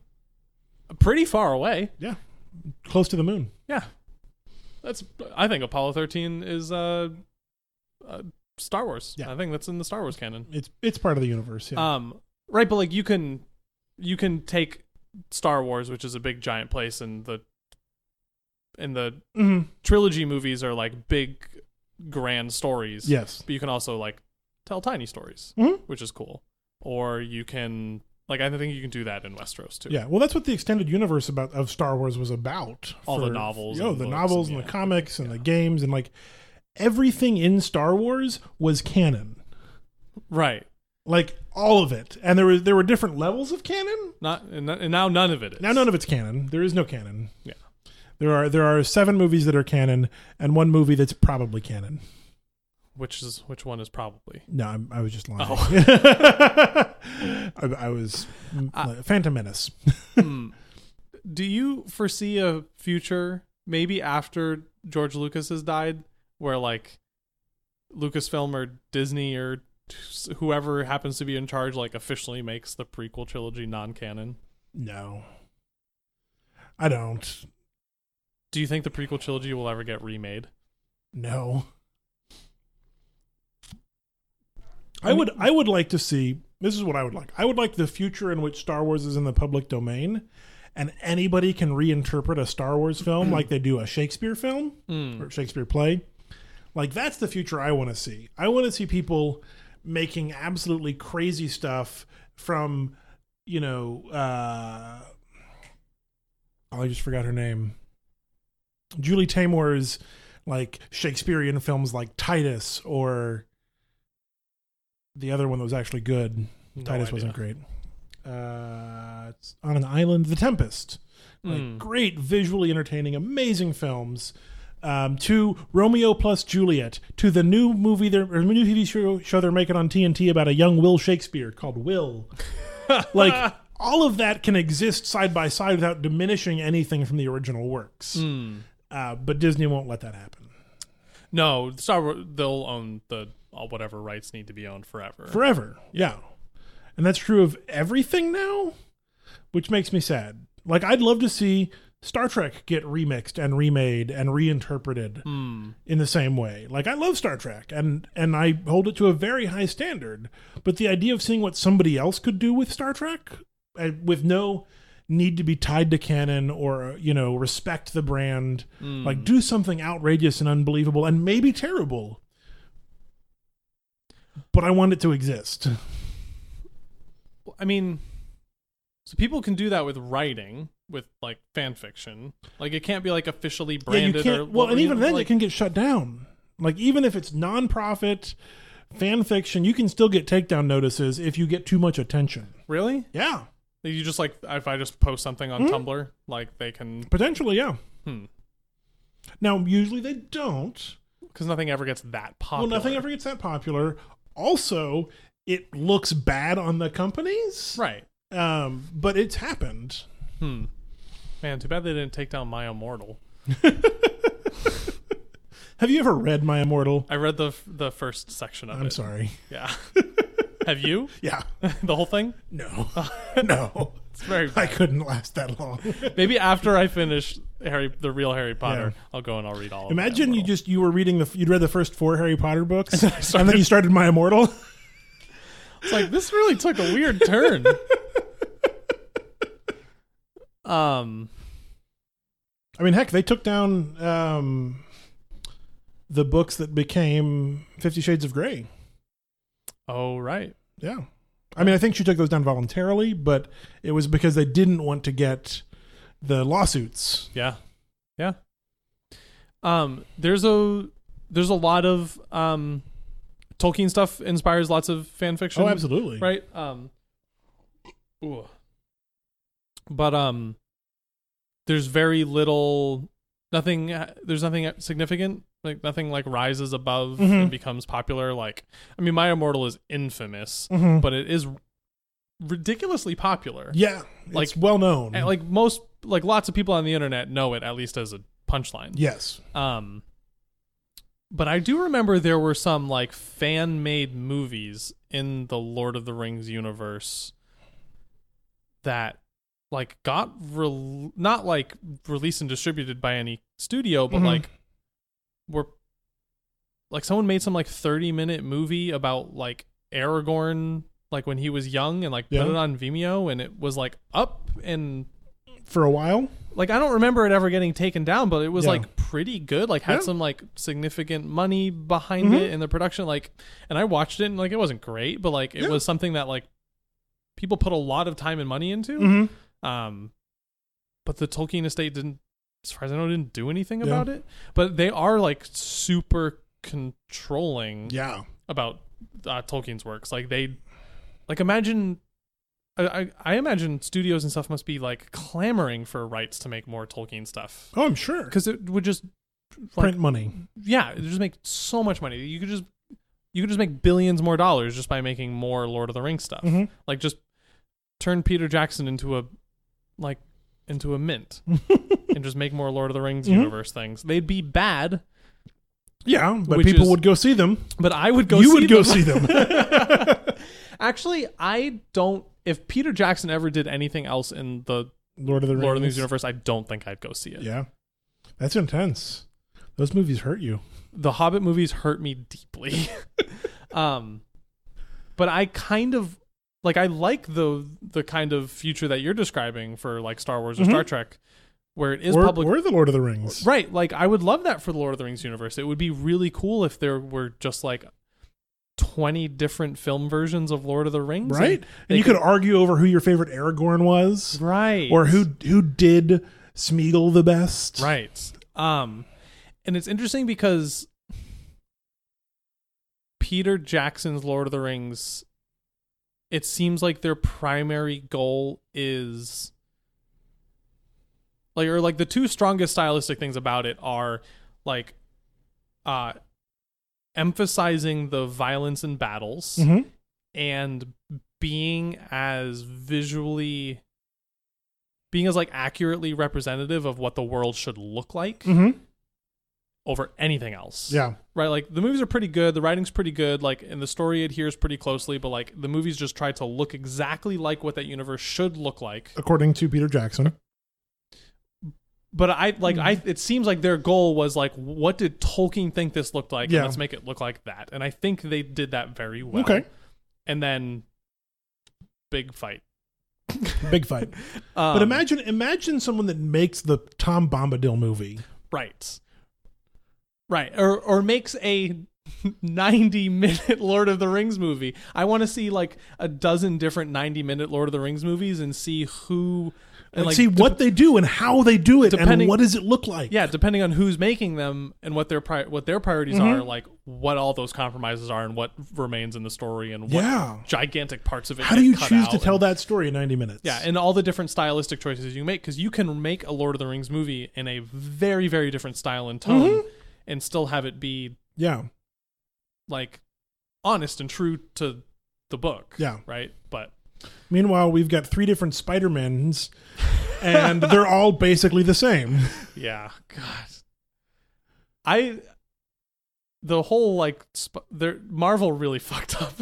pretty far away.
Close to the moon.
Yeah, that's. I think Apollo thirteen is uh, uh Star Wars.
Yeah.
I think that's in the Star Wars canon.
It's it's part of the universe. Yeah.
Um, right, but like you can, you can take Star Wars, which is a big giant place, and the, and the
hmm
trilogy movies are like big, grand stories.
Yes.
but you can also like tell tiny stories,
Mhm.
which is cool. Or you can like I think you can do that in Westeros too.
Yeah. Well, that's what the extended universe about of Star Wars was about.
All the novels
Oh,
and
the
books
novels
and-
and,
yeah.
the comics and the
Yeah.
games and like everything in Star Wars was canon.
right.
Like all of it. And there was there were different levels of canon.
Not and, no- and now none of it is.
Now none of it's canon. There is no canon.
Yeah.
There are there are seven movies that are canon and one movie that's probably canon.
which is which one is probably
No, I'm, I was just lying.
Oh.
I, I was
Uh,
Phantom Menace.
Hmm. Do you foresee a future maybe after George Lucas has died where like Lucasfilm or Disney or whoever happens to be in charge like officially makes the prequel trilogy non-canon?
No, I don't.
Do you think the prequel trilogy will ever get remade?
No.
I
I would I would like to see this is what I would like. I would like the future in which Star Wars is in the public domain and anybody can reinterpret a Star Wars film like they do a Shakespeare film
Hmm.
or Shakespeare play. Like that's the future I want to see. I want to see people making absolutely crazy stuff from you know uh oh, I just forgot her name. Julie Taymor's like Shakespearean films like Titus or the other one that was actually good.
No
Titus
idea.
wasn't great. Uh, it's on an island, The Tempest. Like
Mm.
great, visually entertaining, amazing films. Um, to Romeo plus Juliet, to the new movie they're, or new TV show, show they're making on TNT about a young Will Shakespeare called Will. like all of that can exist side by side without diminishing anything from the original works. Uh, but Disney won't let that happen
No, Star Wars. They'll own the all whatever rights need to be owned forever.
forever. Yeah, and that's true of everything now, which makes me sad. Like I'd love to see Star Trek get remixed and remade and reinterpreted.
Hmm.
in the same way. Like I love Star Trek and and I hold it to a very high standard, but the idea of seeing what somebody else could do with Star Trek uh, with no need to be tied to canon or you know respect the brand,
Hmm.
like do something outrageous and unbelievable and maybe terrible. But I want it to exist.
I mean, so people can do that with writing, with like fan fiction. Like it can't be like officially branded.
yeah, you
or,
can't. Well, and
you-
even then,
like,
it can get shut down. Like even if it's nonprofit fan fiction, you can still get takedown notices if you get too much attention.
really.
Yeah,
You just like if I just post something
Hmm?
on Tumblr, like they can
Potentially, yeah.
Hmm.
Now, usually they don't.
because nothing ever gets that popular.
Well, nothing ever gets that popular. Also, it looks bad on the companies.
Right.
Um, but it's happened.
Hmm. Man, too bad they didn't take down My Immortal.
Have you ever read My Immortal?
I read the f- the first section of
I'm
it.
sorry.
Yeah. Have you?
Yeah.
the whole thing?
No. no.
It's very
I couldn't last that long.
Maybe after I finish Harry, the real Harry Potter,
Yeah.
I'll go and I'll read all.
Imagine
of
you just you were reading the you'd read the first four Harry Potter books and, then
started-
you started My Immortal.
just—it's like this really took a weird turn. um,
I mean, heck, they took down um, the books that became Fifty Shades of Grey.
oh right,
Yeah. I mean, I think she took those down voluntarily, but it was because they didn't want to get the lawsuits.
Yeah. Yeah. Um there's a there's a lot of um Tolkien stuff inspires lots of fan fiction.
Oh, absolutely.
Right? Um ooh. But um there's very little nothing there's nothing significant like nothing like rises above
Mhm.
and becomes popular like I mean My Immortal is infamous,
Mhm.
but it is ridiculously popular.
Yeah.
Like-
it's well known.
And, like most like lots of people on the internet know it at least as a punchline
yes.
um but i do remember there were some like fan-made movies in the lord of the rings universe that like got rel not like released and distributed by any studio but
Mhm.
like were like someone made some like 30 minute movie about like aragorn like when he was young and like
Yeah.
put it on vimeo and it was like up and
For a while.
like I don't remember it ever getting taken down, but it was
Yeah.
like pretty good. Like had
Yeah. Mm-hmm.
some like significant money behind it in the production. Like, and I watched it and like it wasn't great, but like it
Yeah.
was something that like people put a lot of time and money into.
Mm-hmm.
Um, but the Tolkien estate didn't, as far as I know, didn't do anything
Yeah.
about it. But they are like super controlling
Yeah.
about uh, Tolkien's works. Like they, like imagine, I, I I imagine studios and stuff must be like clamoring for rights to make more Tolkien stuff
Oh, I'm sure.
because it would just like
Print money.
yeah, it would just make so much money. You could just you could just make billions more dollars just by making more Lord of the Rings stuff.
Mhm.
Like just turn Peter Jackson into a like into a mint and just make more Lord of the Rings
Mhm.
universe things. They'd be bad,
Yeah, but
Which
people
is-
would go see them.
but I would go
you
see
would
them.
go see them.
Actually, I don't. If Peter Jackson ever did anything else in the
Lord of the Rings.
Lord of the Rings universe, I don't think I'd go see it.
Yeah. That's intense. Those movies hurt you.
The Hobbit movies hurt me deeply. um, but I kind of like I like the the kind of future that you're describing for like Star Wars or Star Trek, where it is
Mm-hmm. Or,
public.
or the Lord of the Rings.
Right, like I would love that for the Lord of the Rings universe. It would be really cool if there were just like twenty different film versions of Lord of the Rings,
Right? And,
they
you could, argue over who your favorite Aragorn was
right,
or who who did Smeagol the best.
Right. Um and it's interesting because Peter Jackson's Lord of the Rings it seems like their primary goal is like or like the two strongest stylistic things about it are like uh emphasizing the violence in battles
Mhm.
and being as visually being as like accurately representative of what the world should look like
Mhm.
over anything else
Yeah.
right like the movies are pretty good the writing's pretty good like and the story adheres pretty closely but like the movies just try to look exactly like what that universe should look like
According to Peter Jackson.
but i like
mm-hmm.
i it seems like their goal was like what did tolkien think this looked like
Yeah.
and let's make it look like that and i think they did that very well
Okay.
and then big fight
Big fight.
um,
but imagine imagine someone that makes the Tom Bombadil movie.
Right. Right. Or or makes a 90 minute Lord of the Rings movie. I want to see like a dozen different 90 minute Lord of the Rings movies and see who and
And
like
see what they do and how they do it and
depending-
what does it look like.
yeah, depending on who's making them and what their pri- what their priorities
Mm-hmm.
are, like what all those compromises are and what remains in the story and what
Yeah.
gigantic parts of it
How do you
get cut
choose to
out
tell that story in 90 minutes?
Yeah, and all the different stylistic choices you make because you can make a Lord of the Rings movie in a very, very different style and tone,
Mm-hmm.
and still have it be
yeah.
like honest and true to the book.
Yeah.
right. But
Meanwhile, we've got three different Spider-Mans and they're all basically the same.
yeah, God, I the whole like sp- there Marvel really fucked up.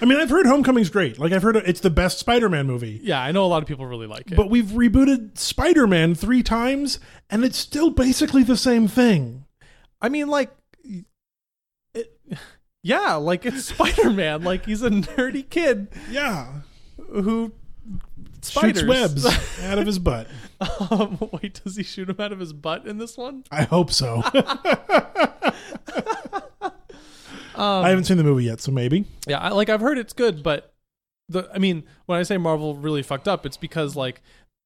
I mean, I've heard Homecoming's great. Like I've heard it's the best Spider-Man movie.
yeah, I know a lot of people really like it.
But we've rebooted Spider-Man 3 times and it's still basically the same thing.
I mean, like, it, yeah, like it's Spider Man. like he's a nerdy kid
Yeah.
who spiders
Shoots webs out of his butt.
Um, wait, does he shoot him out of his butt in this one?
I hope so.
Um,
I haven't seen the movie yet, so maybe.
Yeah, I, like I've heard it's good, but the I mean, when I say Marvel really fucked up, it's because like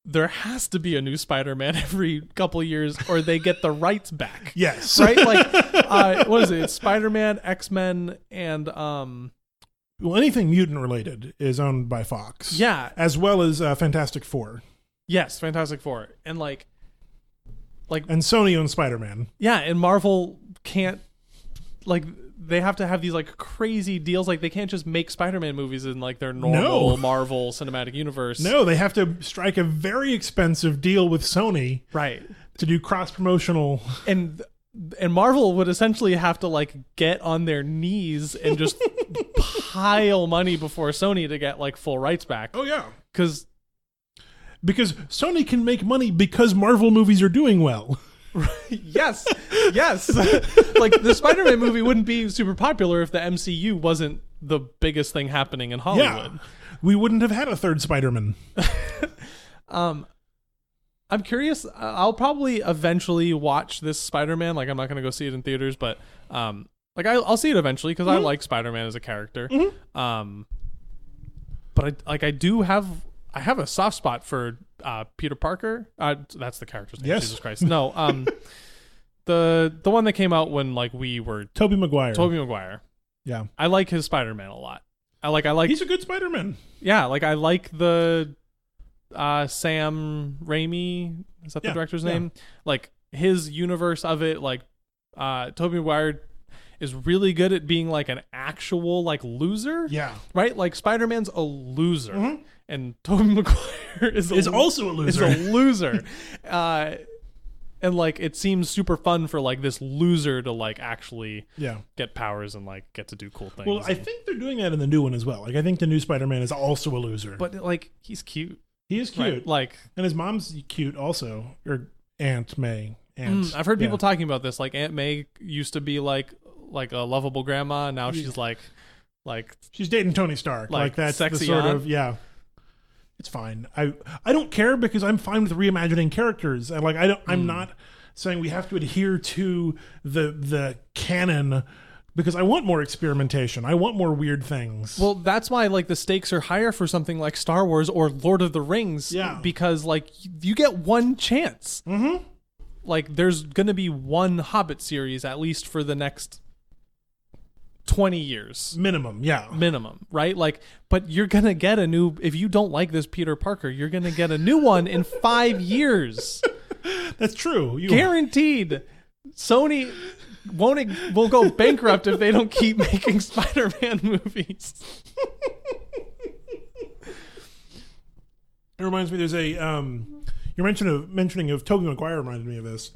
there has to be a new Spider-Man every couple years, or they get the rights back.
Yes.
right? Like, uh, what is it? It's Spider-Man, X-Men, and um,
Well, anything mutant related is owned by Fox.
yeah,
As well as uh, Fantastic Four.
yes, Fantastic Four, and like, like,
And Sony owns Spider Man.
yeah, and Marvel can't like they have to have these like crazy deals. Like, they can't just make Spider-Man movies in like their normal
No.
Marvel cinematic universe.
No, they have to strike a very expensive deal with Sony
right.
to do cross promotional.
and and Marvel would essentially have to like get on their knees and just pile money before Sony to get like full rights back
yeah.
because
Because Sony can make money because Marvel movies are doing well.
yes yes like the Spider-Man movie wouldn't be super popular if the MCU wasn't the biggest thing happening in
Yeah.
Hollywood
We wouldn't have had a third Spider Man.
um I'm curious I'll probably eventually watch this Spider-Man like I'm not going to go see it in theaters but um like I, I'll see it eventually because I like Spider-Man as a character um but I like I do have I have a soft spot for uh, Peter Parker. Uh, that's the character's name.
Yes.
Jesus Christ. No, um, the the one that came out when like we were
Toby Maguire.
Tobey Maguire.
Yeah.
I like his Spider Man a lot. I like I like
He's a good Spider Man.
yeah like I like the uh, Sam Raimi is that the
Yeah,
director's
yeah.
name? Like his universe of it. Like uh, Tobey Maguire is really good at being like an actual like loser
Yeah. Mm-hmm.
right? Like Spider Man's a loser, and Tobey Maguire is a,
Is also a
is
loser.
a loser. uh, and like it seems super fun for like this loser to like actually
yeah.
get powers and like get to do cool things.
Well, I think they're doing that in the new one as well. Like, I think the new Spider Man is also a loser.
but like he's cute,
he is cute.
right? Like
And his mom's cute also, or Aunt May. Aunt.
mm, I've heard people
Yeah.
talking about this. Like Aunt May used to be like like a lovable grandma, and now she's like like
She's dating Tony Stark. Like,
Like,
that's the
sexy
sort
aunt?
of yeah. It's fine. I I don't care because I'm fine with reimagining characters. And like I don't
Hmm.
I'm not saying we have to adhere to the the canon because I want more experimentation. I want more weird things.
Well, that's why like the stakes are higher for something like Star Wars or Lord of the Rings.
Yeah.
Because like y- you get one chance. Mm-hmm. Like there's gonna be one Hobbit series at least for the next twenty years
minimum, yeah.
minimum, right? Like, but you're gonna get a new if you don't like this Peter Parker, you're gonna get a new one in five years.
That's true. You
Guaranteed. Sony won't ex- will go bankrupt if they don't keep making Spider-Man movies.
It reminds me. There's a um, your mention of mentioning of Toby Maguire reminded me of this.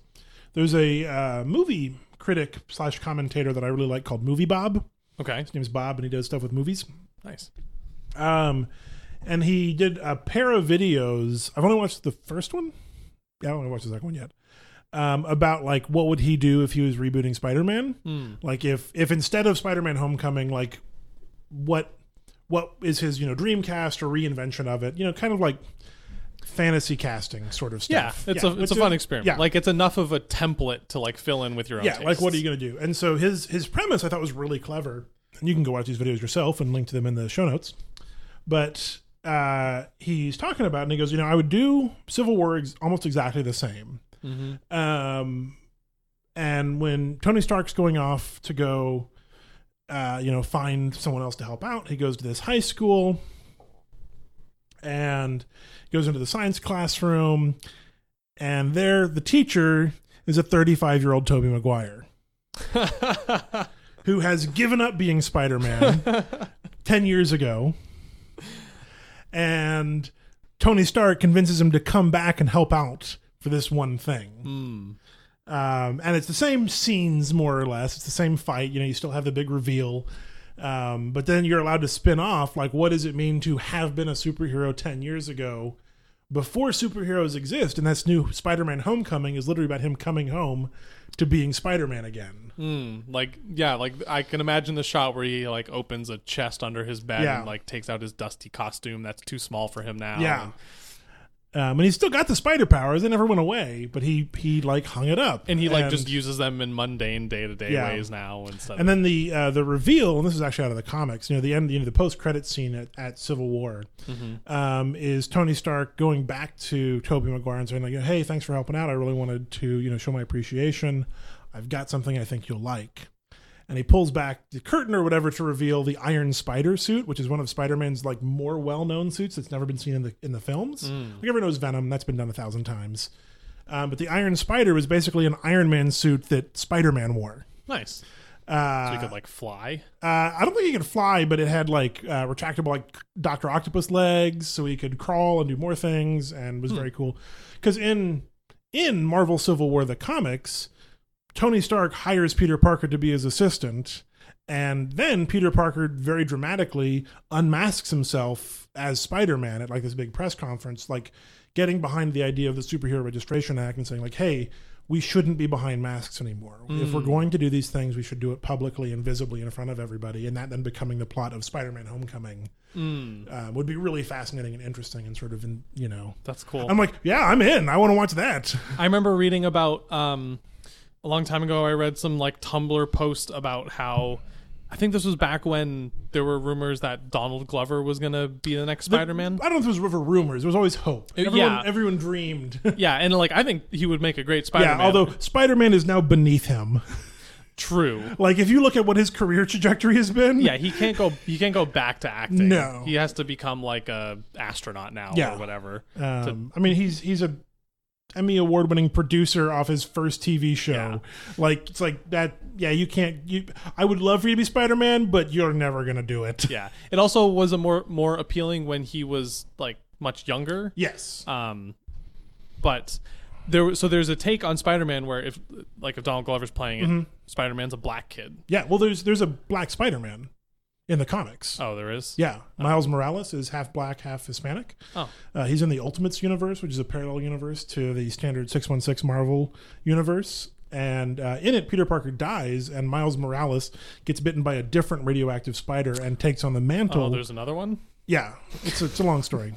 There's a uh, movie critic slash commentator that I really like called Movie Bob. His
Okay.
name's Bob, and he does stuff with movies.
Nice.
Um, and he did a pair of videos. I've only watched the first one. Yeah, I haven't watched the second one yet. Um, about like what would he do if he was rebooting Spider-Man?
Hmm.
Like if if instead of Spider-Man: Homecoming, like what what is his you know Dreamcast or reinvention of it? You know, kind of like fantasy casting sort of
Yeah,
stuff.
it's a
which
it's a
is-
fun experiment.
Yeah,
Like it's enough of a template to like fill in with your own.
yeah, like what are
tastes.
you going to do? And so his his premise I thought was really clever, and you can go watch these videos yourself and link to them in the show notes. But uh, he's talking about, and he goes, you know, I would do Civil War ex- almost exactly the same.
Mm-hmm.
Um, and when Tony Stark's going off to go, uh, you know, find someone else to help out, he goes to this high school and goes into the science classroom, and there the teacher is a 35 year old Toby Maguire who has given up being Spider Man 10 years ago. And Tony Stark convinces him to come back and help out for this one thing. Um, and it's the same scenes, more or less. It's the same fight. You know, you still have the big reveal. Um, but then you're allowed to spin off like, what does it mean to have been a superhero 10 years ago? Before superheroes exist, and that's new Spider Man Homecoming is literally about him coming home to being Spider Man again.
Mm, like yeah, like I can imagine the shot where he like opens a chest under his bed
Yeah.
and like takes out his dusty costume that's too small for him now.
Yeah. Um, and he's still got the spider powers; they never went away. But he he like hung it up,
And he like just uses them in mundane day to day
Yeah.
ways now instead.
And then the uh, the reveal, and this is actually out of the comics. You know, the end, you know, the post credit scene at, at Civil War um, is Tony Stark going back to Tobey Maguire and saying, like, "Hey, thanks for helping out. I really wanted to, you know, show my appreciation. I've got something I think you'll like." And he pulls back the curtain or whatever to reveal the Iron Spider suit, which is one of Spider-Man's like more well-known suits that's never been seen in the in the films. Like everyone knows Venom, that's been done a thousand times. Um, but the Iron Spider was basically an Iron Man suit that Spider-Man wore.
nice.
Uh,
So he could like fly.
uh, I don't think he could fly, but it had like uh, retractable like Doctor Octopus legs, so he could crawl and do more things, and was very cool. Because in in Marvel Civil War the comics, Tony Stark hires Peter Parker to be his assistant, and then Peter Parker very dramatically unmasks himself as Spider Man at like this big press conference, like getting behind the idea of the Superhero Registration Act and saying like, hey. We shouldn't be behind masks anymore. If we're going to do these things, we should do it publicly and visibly in front of everybody. And that then becoming the plot of Spider-Man: Homecoming uh, would be really fascinating and interesting, and sort of, in, you know,
That's cool.
I'm like, yeah, I'm in. I want to watch that.
I remember reading about um, a long time ago. I read some like Tumblr post about how I think this was back when there were rumors that Donald Glover was gonna be the next Spider-Man.
I don't know if it was river rumors. There was always hope.
Uh,
Everyone,
yeah.
everyone dreamed.
yeah, and like I think he would make a great Spider-Man.
yeah, although Spider Man is now beneath him.
true.
Like, if you look at what his career trajectory has been,
Yeah, he can't go. He can't go back to acting.
No.
he has to become like a astronaut now
Yeah.
or whatever.
Um, I mean, he's he's a Emmy award winning producer off his first TV show.
Yeah.
Like, it's like that. Yeah, you can't. You, I would love for you to be Spider Man, but you're never gonna do it.
Yeah, it also was a more more appealing when he was like much younger.
Yes.
Um, but there, was- so there's a take on Spider-Man where if, like, if Donald Glover's playing it,
Mm-hmm.
Spider-Man's a black kid.
yeah. Well, there's there's a black Spider Man in the comics.
Oh, there is.
Yeah, Miles Morales is half black, half Hispanic.
Oh,
Uh, he's in the Ultimates universe, which is a parallel universe to the standard 616 Marvel universe. And uh, in it, Peter Parker dies, and Miles Morales gets bitten by a different radioactive spider and takes on the
oh,
mantle.
there's another one.
yeah, it's a, it's a long story.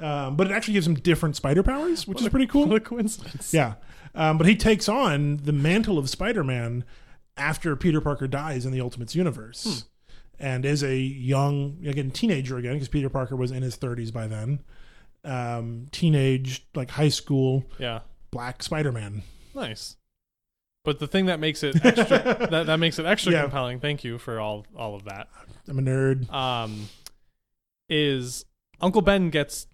Um, but it actually gives him different spider powers, which is pretty cool.
What a coincidence.
Yeah. Um, but he takes on the mantle of Spider Man after Peter Parker dies in the Ultimates universe
Hmm.
and is a young, again, teenager again, because Peter Parker was in his 30s by then. Um, teenage, like high school,
Yeah.
black Spider Man.
Nice. But the thing that makes it extra that, that makes it extra
Yeah.
compelling. Thank you for all all of that.
I'm a nerd.
Um, is Uncle Ben gets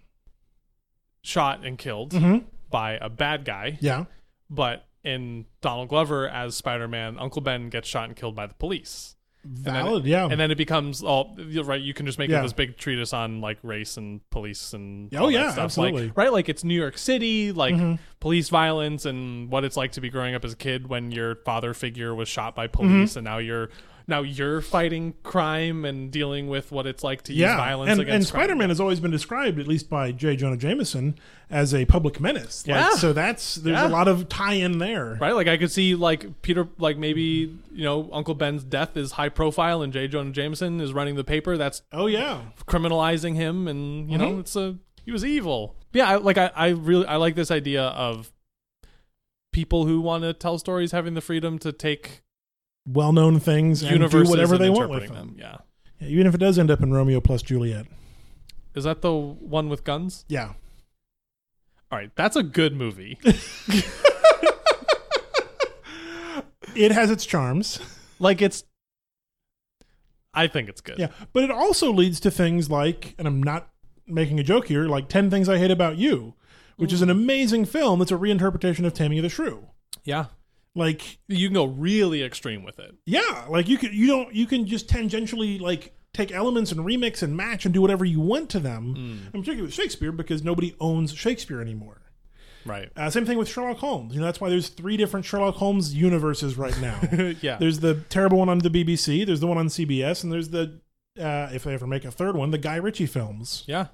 shot and killed
Mhm.
by a bad guy,
Yeah.
but in Donald Glover as Spider-Man, Uncle Ben gets shot and killed by the police. then it-
Valid. yeah.
and then it becomes all you're right. You can just make
Yeah.
it this big treatise on like race and police and
Oh,
all that
yeah,
stuff.
absolutely. Mm-hmm.
Like, right, like it's New York City, like police violence and what it's like to be growing up as a kid when your father figure was shot by police,
Mm-hmm.
and now you're now you're fighting crime and dealing with what it's like to use
yeah.
violence
and
against
and
crime.
Spider Man has always been described, at least by J. Jonah Jameson, as a public menace. Like,
Yeah.
So that's, there's
Yeah.
a lot of tie in there.
Right, like I could see, like Peter, like maybe you know Uncle Ben's death is high profile, and J. Jonah Jameson is running the paper. That's
Oh, yeah.
criminalizing him and you know
Mhm.
it's a he was evil yeah I, like I, I really i like this idea of people who want to tell stories having the freedom to take
Well known things and do
universes
whatever
and
they want
interpreting
with
them.
them.
yeah
Yeah, even if it does end up in Romeo plus Juliet.
is that the one with guns
Yeah.
all right that's a good movie
It has its charms.
like it's i think it's good
Yeah. But it also leads to things like, and I'm not making a joke here, like 10 Things I Hate About You, which is an amazing film that's a reinterpretation of Taming of the Shrew.
yeah
Like,
you can go really extreme with it
yeah, like you could, you don't, you can just tangentially like take elements and remix and match and do whatever you want to them. I'm particularly with Shakespeare because nobody owns Shakespeare anymore.
right
Uh, same thing with Sherlock Holmes. You know, that's why there's three different Sherlock Holmes universes right now.
yeah
There's the terrible one on the BBC. There's the one on CBS, and there's the uh, if they ever make a third one, the Guy Ritchie films.
yeah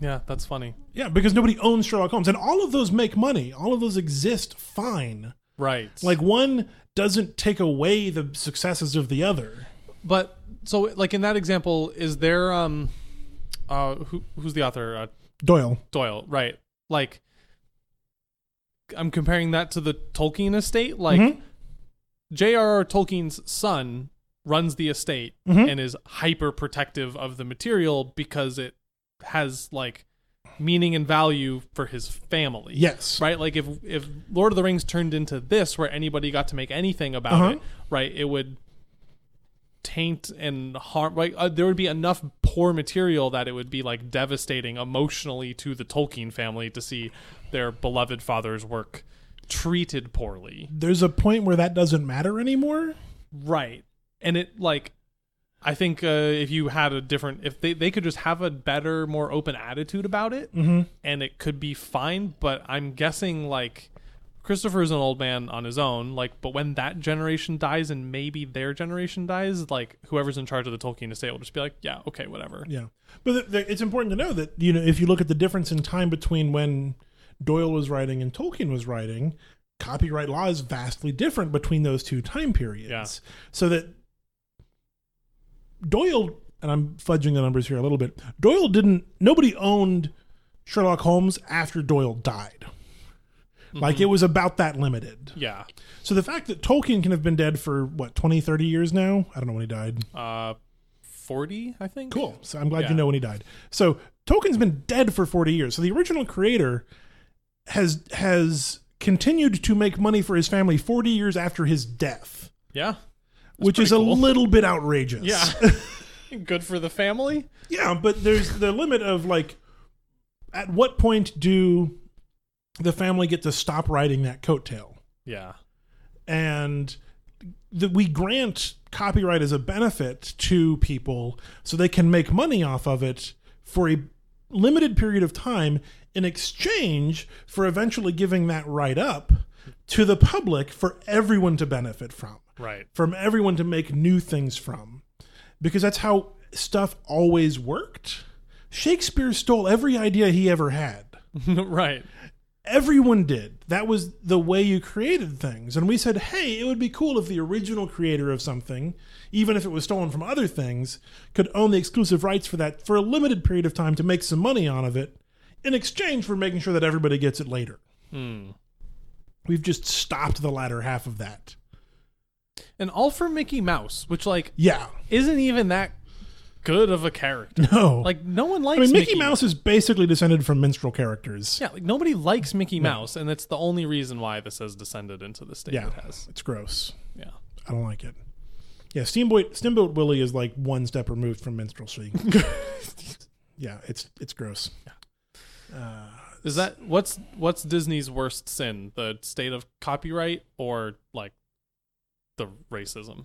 yeah that's funny
Yeah, because nobody owns Sherlock Holmes, and all of those make money. All of those exist fine.
right
Like one doesn't take away the successes of the other.
But so, like in that example, is there um, uh, who who's the author? Uh,
Doyle.
Doyle, right? Like, I'm comparing that to the Tolkien estate. Like,
Mhm.
J.R.R. Tolkien's son runs the estate
Mhm.
and is hyper protective of the material because it has like meaning and value for his family.
Yes.
Right? Like if if Lord of the Rings turned into this where anybody got to make anything about
Uh-huh.
it, right? It would taint and harm like uh, there would be enough poor material that it would be like devastating emotionally to the Tolkien family to see their beloved father's work treated poorly.
There's a point where that doesn't matter anymore.
Right. And it like I think uh, if you had a different if they, they could just have a better, more open attitude about it and it could be fine, but I'm guessing like Christopher's an old man on his own, like but when that generation dies and maybe their generation dies, like whoever's in charge of the Tolkien estate will just be like, Yeah, okay, whatever.
Yeah, but th- th- it's important to know that you know if you look at the difference in time between when Doyle was writing and Tolkien was writing, copyright law is vastly different between those two time periods.
Yeah.
So that Doyle and I'm fudging the numbers here a little bit. Doyle didn't. Nobody owned Sherlock Holmes after Doyle died. Like it was about that limited.
Yeah.
So the fact that Tolkien can have been dead for what 20, 30 years now. I don't know when he died.
Uh forty, I think.
Cool. So I'm glad
Yeah.
you know when he died. So Tolkien's been dead for 40 years. So the original creator has has continued to make money for his family 40 years after his death,
Yeah.
which is
pretty cool.
a little bit outrageous.
Yeah. Good for the family.
yeah, but there's the limit of like at what point do the family get to stop riding that coattail?
Yeah.
and that we grant copyright as a benefit to people so they can make money off of it for a limited period of time in exchange for eventually giving that right up to the public for everyone to benefit from
Right.
from everyone to make new things from because that's how stuff always worked shakespeare stole every idea he ever had
right.
everyone did. That was the way you created things. And we said, hey, it would be cool if the original creator of something, even if it was stolen from other things, could own the exclusive rights for that for a limited period of time to make some money out of it in exchange for making sure that everybody gets it later.
Hmm.
We've just stopped the latter half of that.
And all for Mickey Mouse, which like
Yeah.
isn't even that good of a character.
No.
Like no one likes
I mean, Mickey,
Mickey
Mouse is basically descended from minstrel characters.
Yeah, like nobody likes Mickey Mouse, and that's the only reason why this has descended into the state
Yeah.
it has.
It's gross.
Yeah.
I don't like it. Yeah, Steamboat Steamboat Willie is like one step removed from minstrelsy. yeah, it's it's gross.
Is that what's what's Disney's worst sin? The state of copyright or like the racism?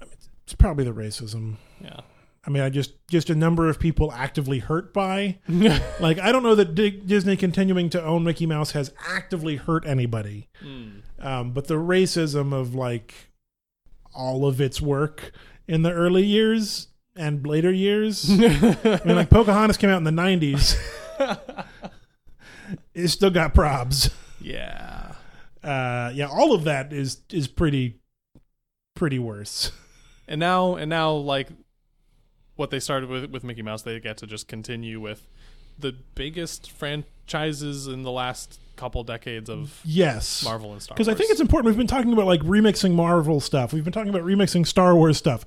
It's probably the racism.
Yeah.
I mean, I just just a number of people actively hurt by.
mm.
Like, I don't know that Di- Disney continuing to own Mickey Mouse has actively hurt anybody, um, but the racism of like all of its work in the early years and later years. I mean, like Pocahontas came out in the '90s. it still got probs.
Yeah.
uh yeah all of that is is pretty pretty worse
And now and now like what they started with with Mickey Mouse, they get to just continue with the biggest franchises in the last couple decades of
yes
Marvel and Star Wars.
because i think it's important we've been talking about like remixing marvel stuff we've been talking about remixing star wars stuff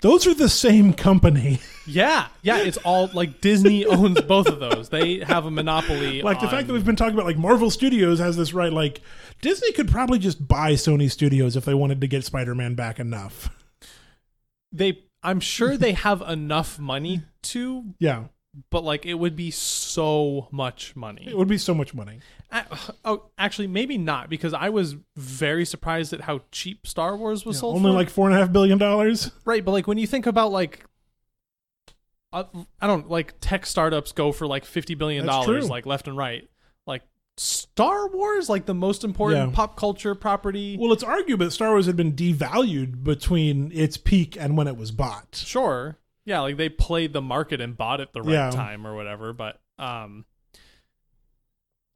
those are the same company
Yeah, yeah, it's all like Disney owns both of those. They have a monopoly.
like the
on-
fact that we've been talking about like marvel studios has this right like disney could probably just buy sony studios if they wanted to get spider-man back enough
they, I'm sure they have enough money to,
yeah
but like it would be so much money.
it would be so much money
I- oh, actually, maybe not because I was very surprised at how cheap Star Wars was sold.
only
for.
like four and a half billion dollars
right, but like when you think about like. I I don't like tech startups go for like fifty billion
That's true.
dollars, like left and right. Like Star Wars, like the most important
Yeah.
pop culture property.
well it's argued that star wars had been devalued between its peak and when it was bought
sure yeah like they played the market and bought it the right
Yeah.
time or whatever but um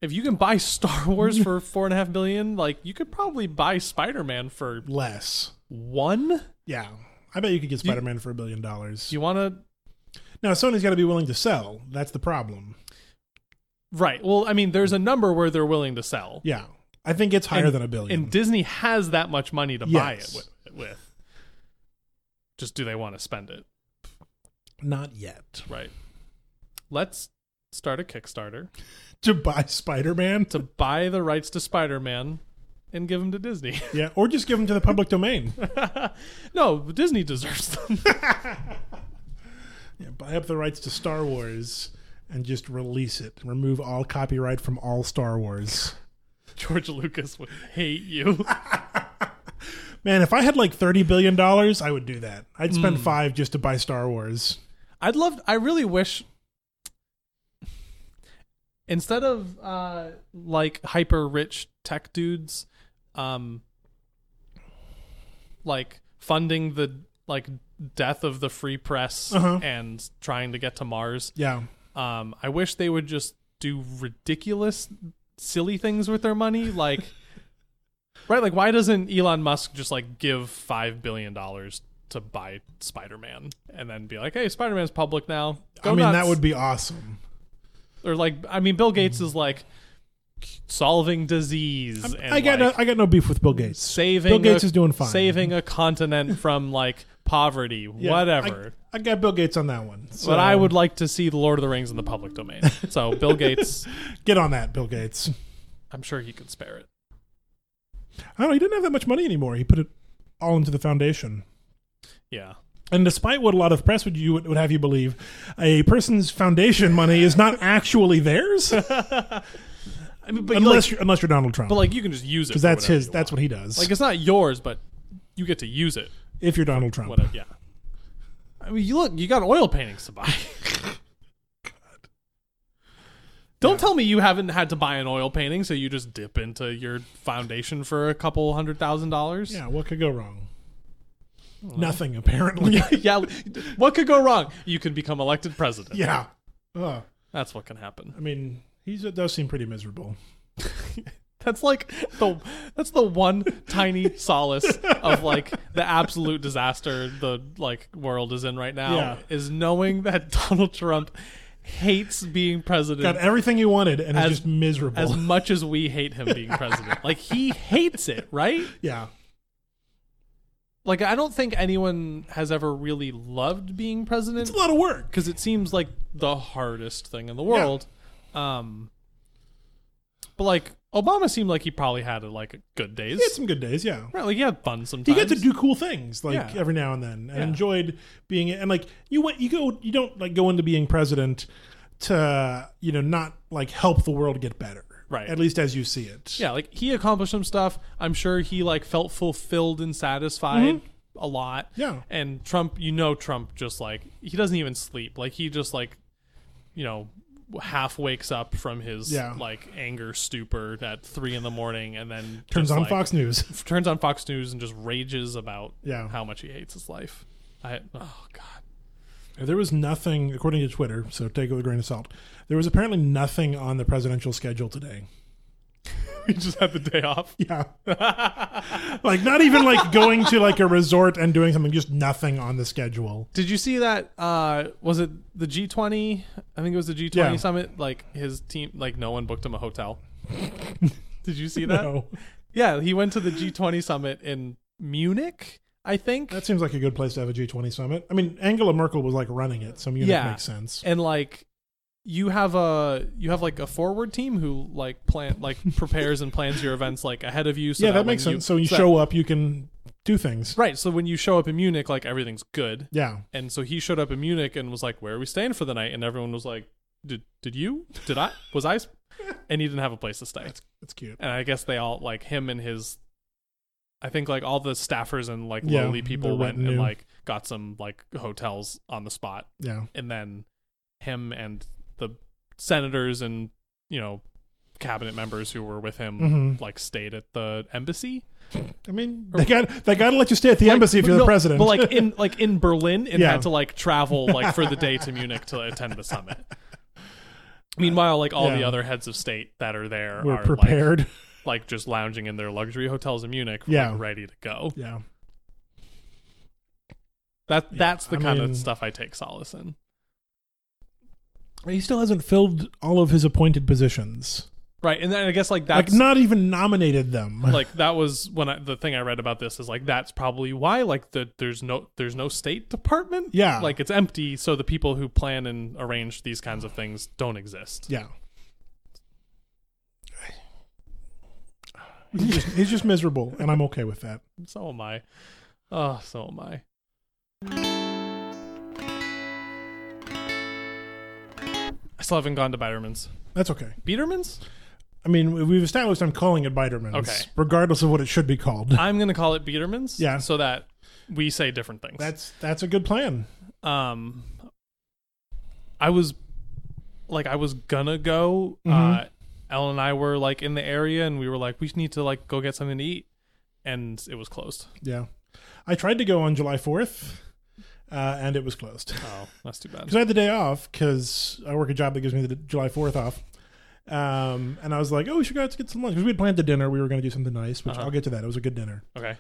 if you can buy star wars for four and a half billion like you could probably buy spider-man for
less
one
Yeah. I bet you could get Spider Man for a billion dollars.
do you want to
Now, Sony's got to be willing to sell. That's the problem.
Right. Well, I mean, there's a number where they're willing to sell.
Yeah, I think it's higher
And-
than a billion.
And Disney has that much money to buy it
Yes.
with, with. Just do they want to spend it?
Not yet
Right. Let's start a Kickstarter
to buy Spider Man.
to buy the rights to Spider-Man and give them to Disney.
Yeah, or just give them to the public domain.
no, Disney deserves them.
Yeah, buy up the rights to Star Wars and just release it. Remove all copyright from all Star Wars.
George Lucas would hate you.
Man, if I had like thirty billion dollars, I would do that. I'd spend
Hmm.
five just to buy Star Wars.
I'd love. I really wish. Instead of uh, like hyper rich tech dudes, um, like funding the like death of the free press
Uh-huh.
and trying to get to Mars,
Yeah,
um, I wish they would just do ridiculous, silly things with their money, like. Right, like why doesn't Elon Musk just like give five billion dollars to buy Spider Man and then be like, Hey, Spider Man's public now. Go
I mean that
nuts."
would be awesome.
or like I mean Bill Gates is like solving disease and
I got
like,
no, I got no beef with Bill Gates.
saving
Bill Gates
a-
is doing fine.
Saving a continent from like poverty,
Yeah,
whatever.
I, I got Bill Gates on that one. So
but I would like to see the Lord of the Rings in the public domain. So Bill Gates,
get on that, Bill Gates.
I'm sure he could spare it.
I don't know. He didn't have that much money anymore. He put it all into the foundation.
Yeah.
And despite what a lot of press would you would have you believe, a person's foundation money is not actually theirs,
I mean, but
unless
like,
you're, unless you're Donald Trump.
but like you can just use it.
because
for
that's
whatever
his.
you
That's
want.
what he does.
like it's not yours, but you get to use it.
if you're Donald Trump,
Whatever. Yeah. I mean, you look. You got oil paintings to buy. Don't tell me you haven't had to buy an oil painting, so you just dip into your foundation for a couple hundred thousand dollars.
yeah, what could go wrong? Nothing apparently.
yeah. What could go wrong? You can become elected president.
yeah. Ugh.
That's what can happen.
I mean, he does seem pretty miserable.
That's like the that's the one tiny solace of like the absolute disaster the like world is in right now
Yeah.
is knowing that Donald Trump hates being president
Got everything he wanted and is
As-
just miserable.
as much as we hate him being president. like he hates it, right?
yeah.
Like I don't think anyone has ever really loved being president
It's a lot of work.
because it seems like the hardest thing in the world. Um but like Obama seemed like he probably had like good days.
He had some good days, yeah.
Right, like he had fun sometimes.
He got to do cool things like
Yeah.
every now and then, and
Yeah.
enjoyed being and like you went you go you don't like go into being president to you know not like help the world get better,
Right.
At least as you see it,
Yeah, like he accomplished some stuff. I'm sure he like felt fulfilled and satisfied a lot.
Yeah.
And Trump, you know Trump just like he doesn't even sleep. Like he just like you know half wakes up from his
Yeah.
like anger stupor at three in the morning and then
Turns
just,
on
like,
Fox News.
turns on Fox News and just rages about
Yeah.
how much he hates his life. I oh god.
There was nothing, according to Twitter, so take it with a grain of salt. There was apparently nothing on the presidential schedule today.
we just had the day off.
Yeah. like not even like going to like a resort and doing something, just nothing on the schedule.
Did you see that? Uh, was it the G20? I think it was the G20
Yeah.
summit. Like his team, like no one booked him a hotel. Did you see that?
No.
Yeah, he went to the G20 summit in Munich, I think.
That seems like a good place to have a G20 summit. I mean, Angela Merkel was like running it, so Munich
Yeah.
makes sense.
and like you have a you have like a forward team who like plan like prepares and plans your events like ahead of you. So
yeah, that,
when
makes sense. so when you
so that-
show up, you can do things.
right. So when you show up in Munich, like everything's good.
Yeah.
And so he showed up in Munich and was like, "Where are we staying for the night?" And everyone was like, "Did did you? Did I? Was I?" sp-" And he didn't have a place to stay.
That's that's cute.
And I guess they all like him and his. I think like all the staffers and like
Yeah,
lowly people
the
went and
retinue.
like got some like hotels on the spot,
Yeah.
and then him and the senators and you know cabinet members who were with him
Mhm.
like stayed at the embassy.
I mean, they got they got to let you stay at the embassy if
But
you're
no,
the president.
But like in like in Berlin, it
Yeah.
had to like travel like for the day to Munich to attend the summit. Meanwhile, like all the
Yeah.
other heads of state that are there
we're
are Like,
prepared.
like just lounging in their luxury hotels in Munich,
Yeah.
like, ready to go.
yeah.
That that's the
I
kind
mean-
of stuff I take solace in.
He still hasn't filled all of his appointed positions.
right? And then I guess like that's
like not even nominated them.
like that was when I, the thing I read about this is like that's probably why like the there's no there's no state department.
Yeah.
like it's empty, so the people who plan and arrange these kinds of things don't exist.
yeah. He's just, he's just miserable, and I'm okay with that.
So am I. Oh, so am I. I still haven't gone to Biderman's.
That's okay.
Biederman's?
I mean, we've established I'm calling it Biderman's,
Okay.
regardless of what it should be called.
I'm gonna call it Biederman's.
Yeah.
So that we say different things.
That's that's a good plan.
um i was like i was gonna go
Mm-hmm.
uh ellen and i were like in the area and we were like we need to like go get something to eat and it was closed
Yeah, I tried to go on July 4th, uh, and it was closed.
oh that's too bad
because I had the day off because I work a job that gives me the July Fourth off. Um, and I was like, oh, we should go out to get some lunch because we had planned the dinner. We were going to do something nice, which
Uh-huh.
I'll get to that. It was a good dinner.
okay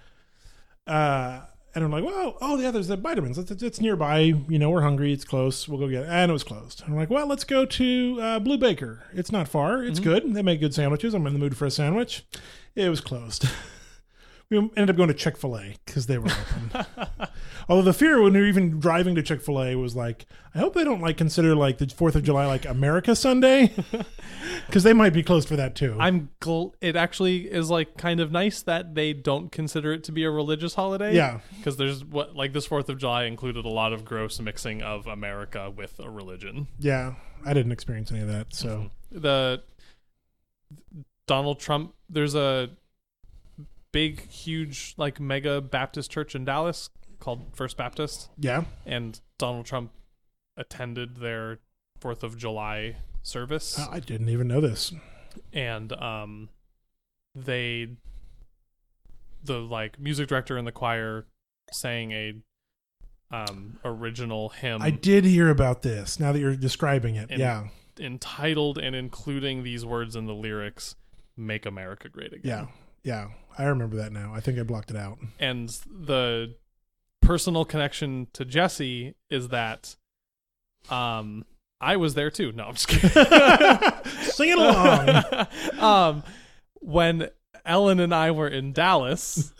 Uh, and I'm like, well, oh yeah, there's the vitamins. It's, it's, it's nearby. You know, we're hungry. It's close. We'll go get. It. And it was closed. And I'm like, well, let's go to uh, Blue Baker. It's not far. It's good. They make good sandwiches. I'm in the mood for a sandwich. It was closed. we ended up going to Chick Fil A because they were open. Although the fear when we were even driving to Chick Fil A was like, I hope they don't like consider like the Fourth of July like America Sunday because they might be closed for that too.
i'm gl- it actually is like kind of nice that they don't consider it to be a religious holiday
Yeah.
because there's what like this fourth of july included a lot of gross mixing of america with a religion Mhm.
yeah, I didn't experience any of that. So
the Donald Trump. There's a big, huge, like mega Baptist church in Dallas called First Baptist,
yeah,
and Donald Trump attended their Fourth of July service,
I I didn't even know this.
and um, they, the like music director and the choir, sang a um original hymn
I did hear about this now that you're describing it.
And-
yeah.
entitled and including these words in the lyrics make america great again
Yeah. Yeah. I remember that now. I think I blocked it out.
and the personal connection to Jesse is that um I was there too. No, I'm just kidding.
Sing it along.
um when Ellen and I were in Dallas,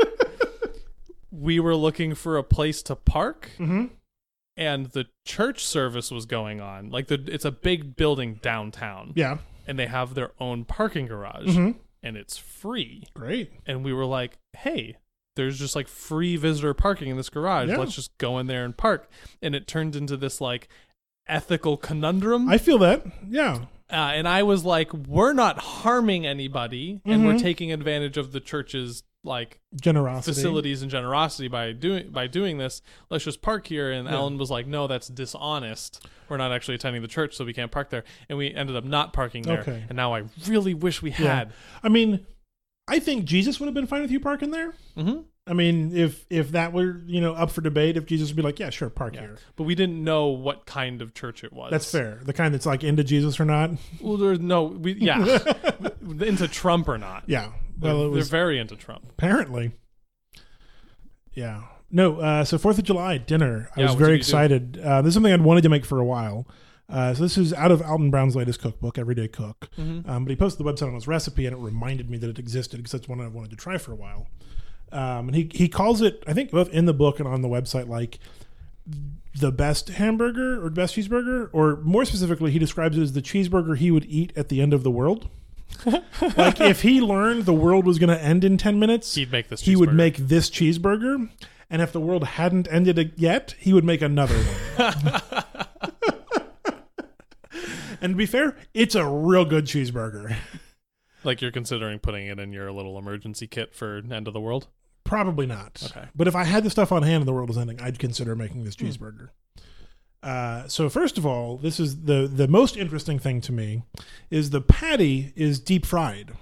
we were looking for a place to park
mm-hmm.
and the church service was going on. Like the it's a big building downtown
Yeah.
and they have their own parking garage
Mhm.
and it's free
Great.
and we were like, "Hey, there's just like free visitor parking in this garage.
Yeah.
Let's just go in there and park." And it turned into this like ethical conundrum.
I feel that. Yeah.
uh, and I was like, "We're not harming anybody, and
Mm-hmm.
we're taking advantage of the church's like
Generosity.
facilities and generosity by doing by doing this. Let's just park here." And Alan was like, "No, that's dishonest. We're not actually attending the church, so we can't park there." And we ended up not parking there.
Okay.
And now I really wish we
Yeah.
had.
I mean, I think Jesus would have been fine with you parking there.
Mhm.
I mean, if if that were you know up for debate, if Jesus would be like, yeah, sure, park here.
But we didn't know what kind of church it was.
That's fair. The kind that's like into Jesus or not.
Well, there's no, we, yeah, into Trump or not.
Yeah. Well, it was
They're very into Trump.
Apparently. Yeah. No, uh, so 4th of July dinner. I
Yeah,
was
what
very
did you do?
excited. Uh, this is something I'd wanted to make for a while. Uh, so this is out of Alton Brown's latest cookbook, Everyday Cook.
Mm-hmm.
Um, but he posted the website on his recipe, and it reminded me that it existed because that's one I've wanted to try for a while. Um, and he, he calls it, I think, both in the book and on the website, like the best hamburger or best cheeseburger, or more specifically, he describes it as the cheeseburger he would eat at the end of the world. like if he learned the world was going to end in 10 minutes,
He'd make this
he would
cheeseburger.
make this cheeseburger. And if the world hadn't ended it yet, he would make another one. and to be fair, it's a real good cheeseburger.
Like you're considering putting it in your little emergency kit for end of the world.
Probably not.
Okay. Hmm.
But if I had the stuff on hand and the world was ending, I'd consider making this cheeseburger. Uh, so first of all, this is the the most interesting thing to me is the patty is deep fried.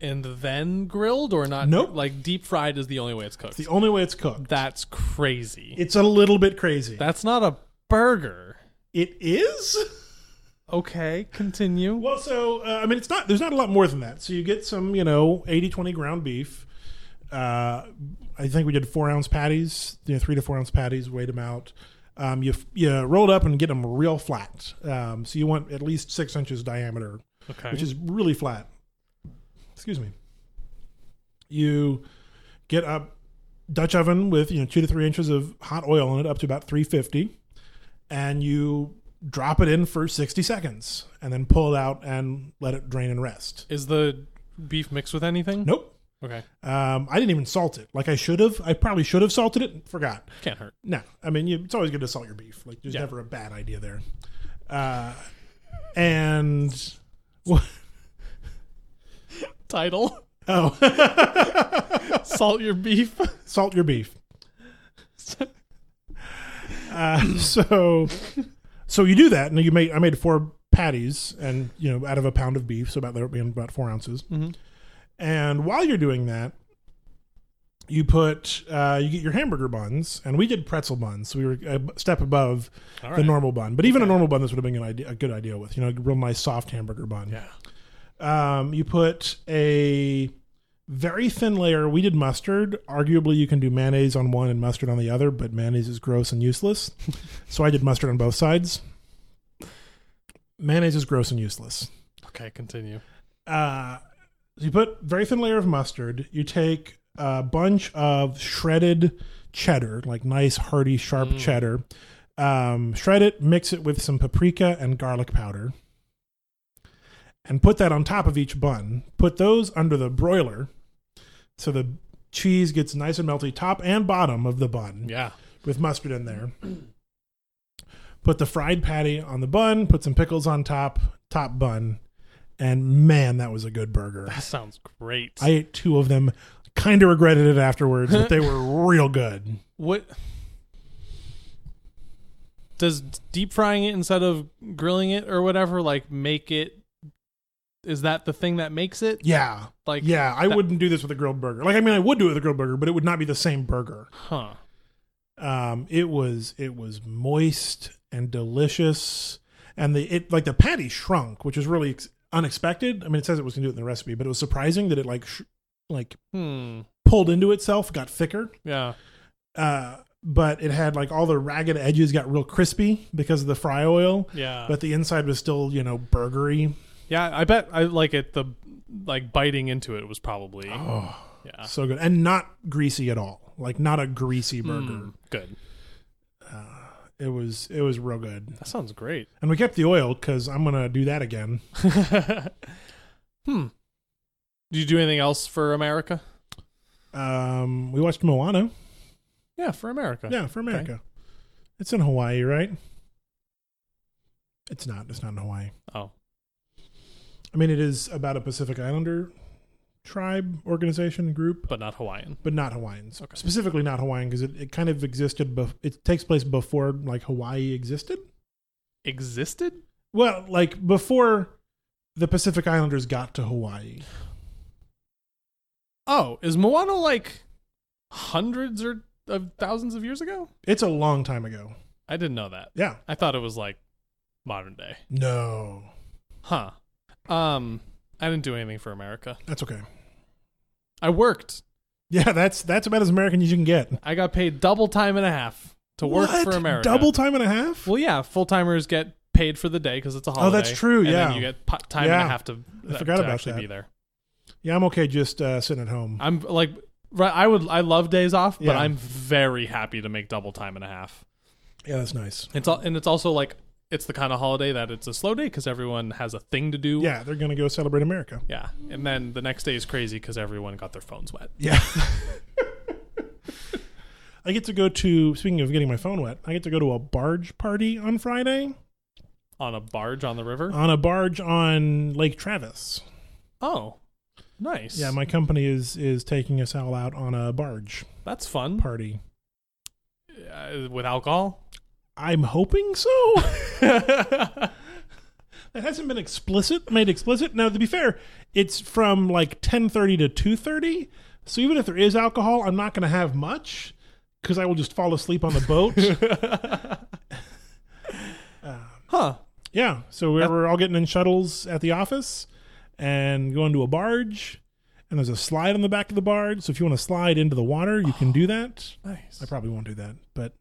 And then grilled or not?
Nope.
Like deep fried is the only way it's cooked.
It's the only way it's cooked.
That's crazy.
It's a little bit crazy.
That's not a burger.
it is.
Okay, continue.
Well, so uh, I mean, it's not. There's not a lot more than that. So you get some, you know, 80-20 ground beef. Uh, I think we did four ounce patties, you know, three to four ounce patties. Weighed them out. um, you f- you roll it up and get them real flat. Um, so you want at least six inches diameter,
Okay.
which is really flat. Excuse me. You get a Dutch oven with you know two to three inches of hot oil in it, up to about three fifty, and you drop it in for sixty seconds, and then pull it out and let it drain and rest.
Is the beef mixed with anything?
Nope.
Okay.
Um, I didn't even salt it like I should have. I probably should have salted it. Forgot.
Can't hurt.
No, I mean you, it's always good to salt your beef. Like there's
Yeah.
never a bad idea there. Uh, and what?
Title:
Oh,
Salt your beef.
salt your beef. Uh, so, so you do that, and you made I made four patties, and you know out of a pound of beef, so about there being about four ounces.
Mhm.
And while you're doing that, you put uh, you get your hamburger buns, and we did pretzel buns, so we were a step above
All
the
right.
normal bun. But even a normal bun, this would have been an idea, a good idea with you know a real nice soft hamburger bun.
Yeah.
Um, you put a very thin layer. We did mustard. Arguably, you can do mayonnaise on one and mustard on the other, but mayonnaise is gross and useless. so I did mustard on both sides. Mayonnaise is gross and useless.
Okay. Continue.
Uh, so you put very thin layer of mustard. You take a bunch of shredded cheddar, like nice hearty sharp
Mm.
cheddar. Um, shred it, mix it with some paprika and garlic powder, and put that on top of each bun. Put those under the broiler, so the cheese gets nice and melty, top and bottom of the bun
Yeah.
with mustard in there. Put the fried patty on the bun, put some pickles on top, top bun, and man, that was a good burger.
That sounds great.
I ate two of them, kind of regretted it afterwards, but they were real good.
what does deep frying it instead of grilling it or whatever like make it? Is that the thing that makes it?
Yeah.
Like
Yeah, I
that-
wouldn't do this with a grilled burger. Like I mean I would do it with a grilled burger, but it would not be the same burger.
Huh.
Um it was it was moist and delicious and the it like the patty shrunk, which is really ex- unexpected. I mean it says it was going to do it in the recipe, but it was surprising that it like sh- like
Hmm.
pulled into itself, got thicker.
Yeah.
Uh, but it had like all the ragged edges got real crispy because of the fry oil,
Yeah.
but the inside was still, you know, burgery.
yeah. I bet I like it. The like biting into it was probably
Oh,
yeah.
so good. And not greasy at all. Like not a greasy burger. Uh,
Mm, good.
It was it was real good.
That sounds great.
And we kept the oil cuz I'm going to do that again.
hmm. Do you do anything else for America?
Um we watched Moana.
Yeah, for America.
Yeah, for America. It's in Hawaii, right? It's not. It's not in Hawaii.
Oh.
I mean, it is about a Pacific Islander tribe, organization, group.
But not Hawaiian.
but not Hawaiians.
Okay.
Specifically, not Hawaiian because it, it kind of existed. Bef- it takes place before like Hawaii existed.
Existed?
Well, like before the Pacific Islanders got to Hawaii.
Oh, is Moana like hundreds or of thousands of years ago?
It's a long time ago.
I didn't know that.
Yeah.
I thought it was like modern day.
No,
Huh. Um I didn't do anything for America.
that's okay.
I worked.
Yeah, that's that's about as American as you can get.
I got paid double time and a half to work
What?
for America.
Double time and a half.
Well, yeah, full timers get paid for the day because it's a holiday.
Oh, that's true,
And
yeah.
then you get po- time and
Yeah.
a half to, uh,
I forgot
to
about
actually
that.
be there.
Yeah, I'm okay just uh, sitting at home.
I'm like, right, I would, I love days off, but
Yeah.
I'm very happy to make double time and a half.
Yeah, that's nice.
It's all, and it's also like, it's the kind of holiday that it's a slow day because everyone has a thing to do.
Yeah, they're gonna go celebrate America.
Yeah. And then the next day is crazy because everyone got their phones wet.
Yeah. I get to go to. Speaking of getting my phone wet, I get to go to a barge party on Friday.
on a barge on the river.
on a barge on Lake Travis.
Oh, nice.
Yeah, my company is is taking us all out on a barge
that's fun.
party.
Uh, with alcohol.
I'm hoping so. That hasn't been explicit, made explicit. Now, to be fair, it's from like 10:30 to 2:30. So even if there is alcohol, I'm not going to have much cuz I will just fall asleep on the boat.
Um, huh.
yeah, so we're, we're all getting in shuttles at the office and going to a barge. And there's a slide on the back of the barge, so if you want to slide into the water, you can do that.
Nice.
I probably won't do that, but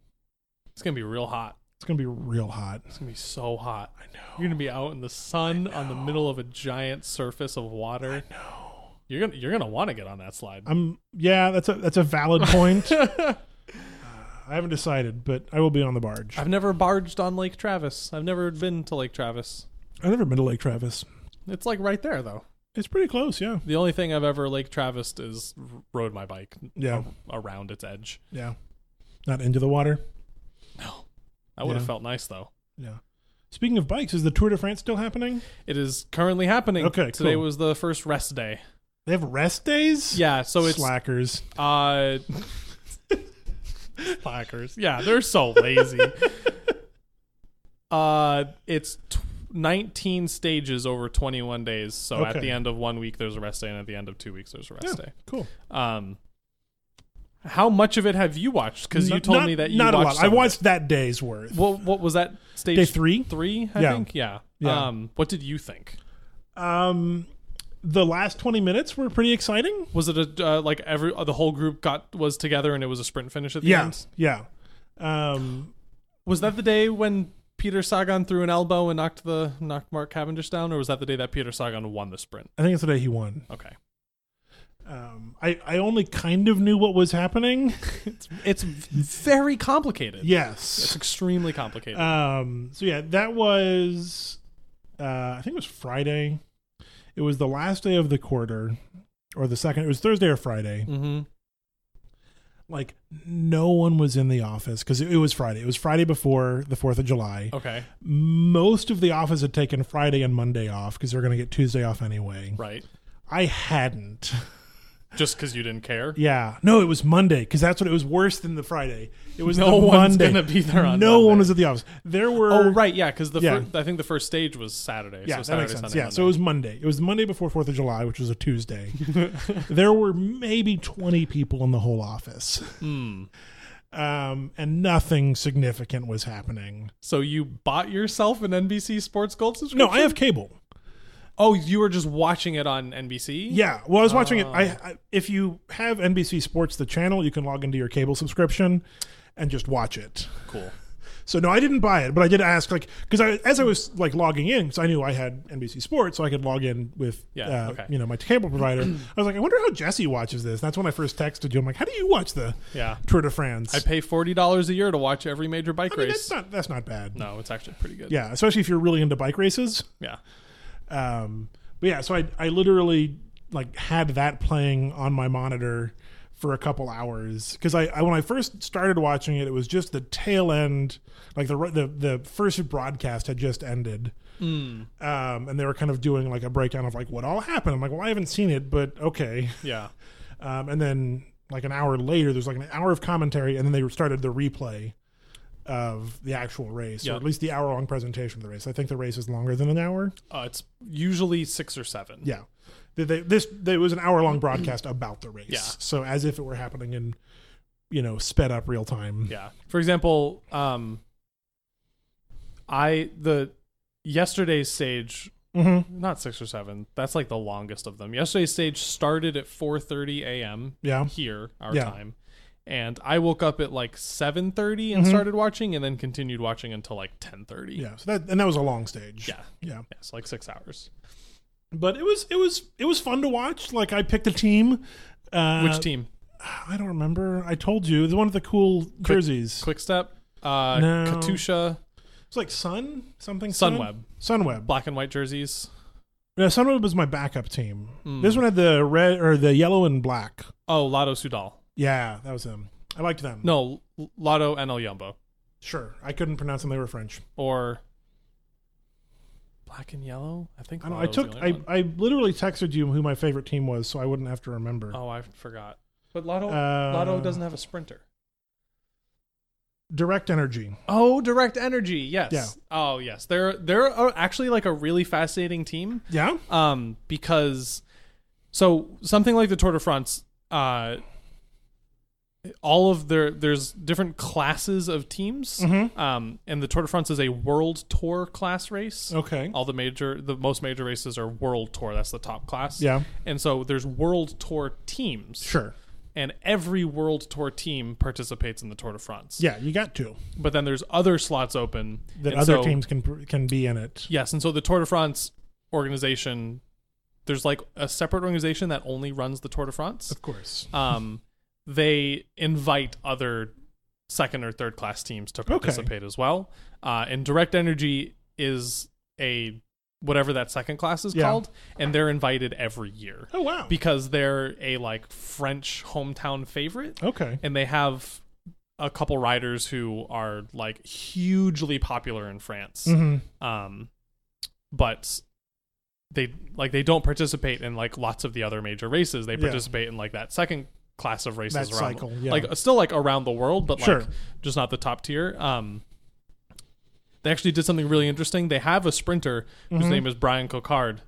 It's gonna be real hot.
It's gonna be real hot.
It's gonna be so hot. I know. You're gonna be out in the sun on the middle of a giant surface of water. I know. You're gonna you're gonna want to get on that slide.
I'm yeah, that's a that's a valid point. Uh, I haven't decided, but I will be on the barge.
I've never barged on Lake Travis. I've never been to Lake Travis.
I've never been to Lake Travis.
It's like right there though.
It's pretty close, yeah.
The only thing I've ever Lake Travis is r- rode my bike
Yeah.
around its edge.
Yeah. Not into the water.
No. That would have
Yeah.
felt nice though.
Yeah. Speaking of bikes, is the Tour de France still happening?
It is currently happening.
Okay,
Today
cool.
was the first rest day.
They have rest days?
Yeah, so it's
slackers.
uh slackers. Yeah, they're so lazy. uh it's t- 19 stages over 21 days. So at
Okay.
the end of 1 week there's a rest day and at the end of 2 weeks there's a rest
Yeah.
day.
Cool.
Um how much of it have you watched? Because you
Not-
told
not-
me that you
not
watched
a lot.
some
I
of it.
watched that day's worth.
What what was that stage
Day three?
Three, I
Yeah.
think. Yeah.
Yeah.
Um, what did you think?
Um, the last twenty minutes were pretty exciting.
Was it a uh, like every uh, the whole group got was together and it was a sprint finish at the end?
yeah. Um,
Was that the day when Peter Sagan threw an elbow and knocked the knocked Mark Cavendish down, or was that the day that Peter Sagan won the sprint?
I think it's the day he won.
Okay,
Um, I I only kind of knew what was happening.
it's very complicated. It's
yes.
extremely complicated.
Um. So yeah, that was. Uh, I think it was Friday. It was the last day of the quarter, or the second. It was Thursday or Friday.
mm-hmm.
Like no one was in the office because it, it was Friday. It was Friday before the Fourth of July.
Okay,
most of the office had taken Friday and Monday off because they're going to get Tuesday off anyway.
right.
I hadn't.
Just because you didn't care.
Yeah, no, it was Monday because that's what it was worse than the Friday. It was
No
the
one's
Monday.
gonna be there on
No one
Monday.
was at the office. There were
Oh right, yeah, because the
Yeah.
fir- I think the first stage was Saturday.
Yeah,
so
that
Saturday,
makes sense.
Sunday,
yeah,
Monday.
so it was Monday. It was the Monday before Fourth of July, which was a Tuesday. there were maybe twenty people in the whole office,
Hmm.
um, and nothing significant was happening.
So you bought yourself an NBC Sports Gold subscription?
No, I have cable.
Oh, you were just watching it on NBC?
Yeah, well, I was watching it. I,
Oh.
I if you have NBC Sports the channel, you can log into your cable subscription and just watch it.
Cool.
So no, I didn't buy it, but I did ask like because I as I was like logging in because I knew I had NBC Sports, so I could log in with
Yeah,
uh,
okay.
you know my cable provider. I was like, I wonder how Jesse watches this. That's when I first texted you. I'm like, how do you watch the
Yeah.
Tour de France?
I pay $40 a year to watch every major bike
I mean,
race.
that's not that's not bad.
no, it's actually pretty good.
Yeah, especially if you're really into bike races.
Yeah.
Um, but yeah, so I I literally like had that playing on my monitor for a couple hours because I, I when I first started watching it, it was just the tail end, like the the the first broadcast had just ended, um, and they were kind of doing like a breakdown of like what all happened. I'm like, well, I haven't seen it, but okay.
Yeah.
Um, and then like an hour later, there's like an hour of commentary, and then they started the replay of the actual race,
Yeah.
or at least the hour long presentation of the race. I think the race is longer than an hour.
Uh, it's usually six or seven.
Yeah. They, they, this they, it was an hour long broadcast about the race.
Yeah.
So as if it were happening in, you know, sped up real time.
Yeah. For example, um, I, the yesterday's stage,
Mm-hmm.
not six or seven, that's like the longest of them. Yesterday's stage started at 4.30 a.m.
Yeah.
here our
Yeah.
time and i woke up at like 7.30 and started watching and then continued watching until like 10.30
Mm-hmm. Yeah. So that and that was a long stage.
yeah
Yeah.
yeah so like six hours
But it was it was it was fun to watch. Like I picked a team. Uh,
which team
I don't remember. I told you the one with the cool jerseys.
quick step uh
No.
katusha
It's like Sun something.
sunweb
Sun? Sunweb.
black and white jerseys
No, Sunweb was my backup team.
Hmm.
This one had the red or the yellow and black.
oh lotto sudal
Yeah, that was them. I liked them.
no L- lotto and el yumbo
Sure, I couldn't pronounce them. They were French.
or black and yellow i think
I don't. I
Lotto's Oh, the
took.
only
I,
one.
I literally texted you who my favorite team was, so I wouldn't have to remember.
oh i forgot but lotto
Uh,
lotto doesn't have a sprinter
Direct Energy.
Oh, Direct Energy. Yes.
Yeah.
Oh, yes. They're they're uh, actually like a really fascinating team
Yeah.
um because so something like the Tour de France uh all of their there's different classes of teams
Mm-hmm.
um and the Tour de France is a world tour class race.
Okay.
All the major the most major races are world tour. That's the top class.
Yeah.
And so there's world tour teams
Sure.
and every World Tour team participates in the Tour de France.
Yeah, you got to.
But then there's other slots open
That
and
other
so-
teams can pr- can be in it.
Yes, and so the Tour de France organization, there's like a separate organization that only runs the Tour de France.
Of course.
Um, they invite other second or third class teams to participate as well. Uh, and Direct Energy is a whatever that second class is
Yeah.
called, and they're invited every year
Oh wow.
because they're a like French hometown favorite
okay.
and they have a couple riders who are like hugely popular in France.
hmm
Um, but they like they don't participate in like lots of the other major races. They
Yeah.
participate in like that second class of races
That
around
cycle, yeah.
like uh, still like around the world, but
Sure.
like just not the top tier. Um, they actually did something really interesting. They have a sprinter
Mm-hmm.
whose name is Brian Cocard,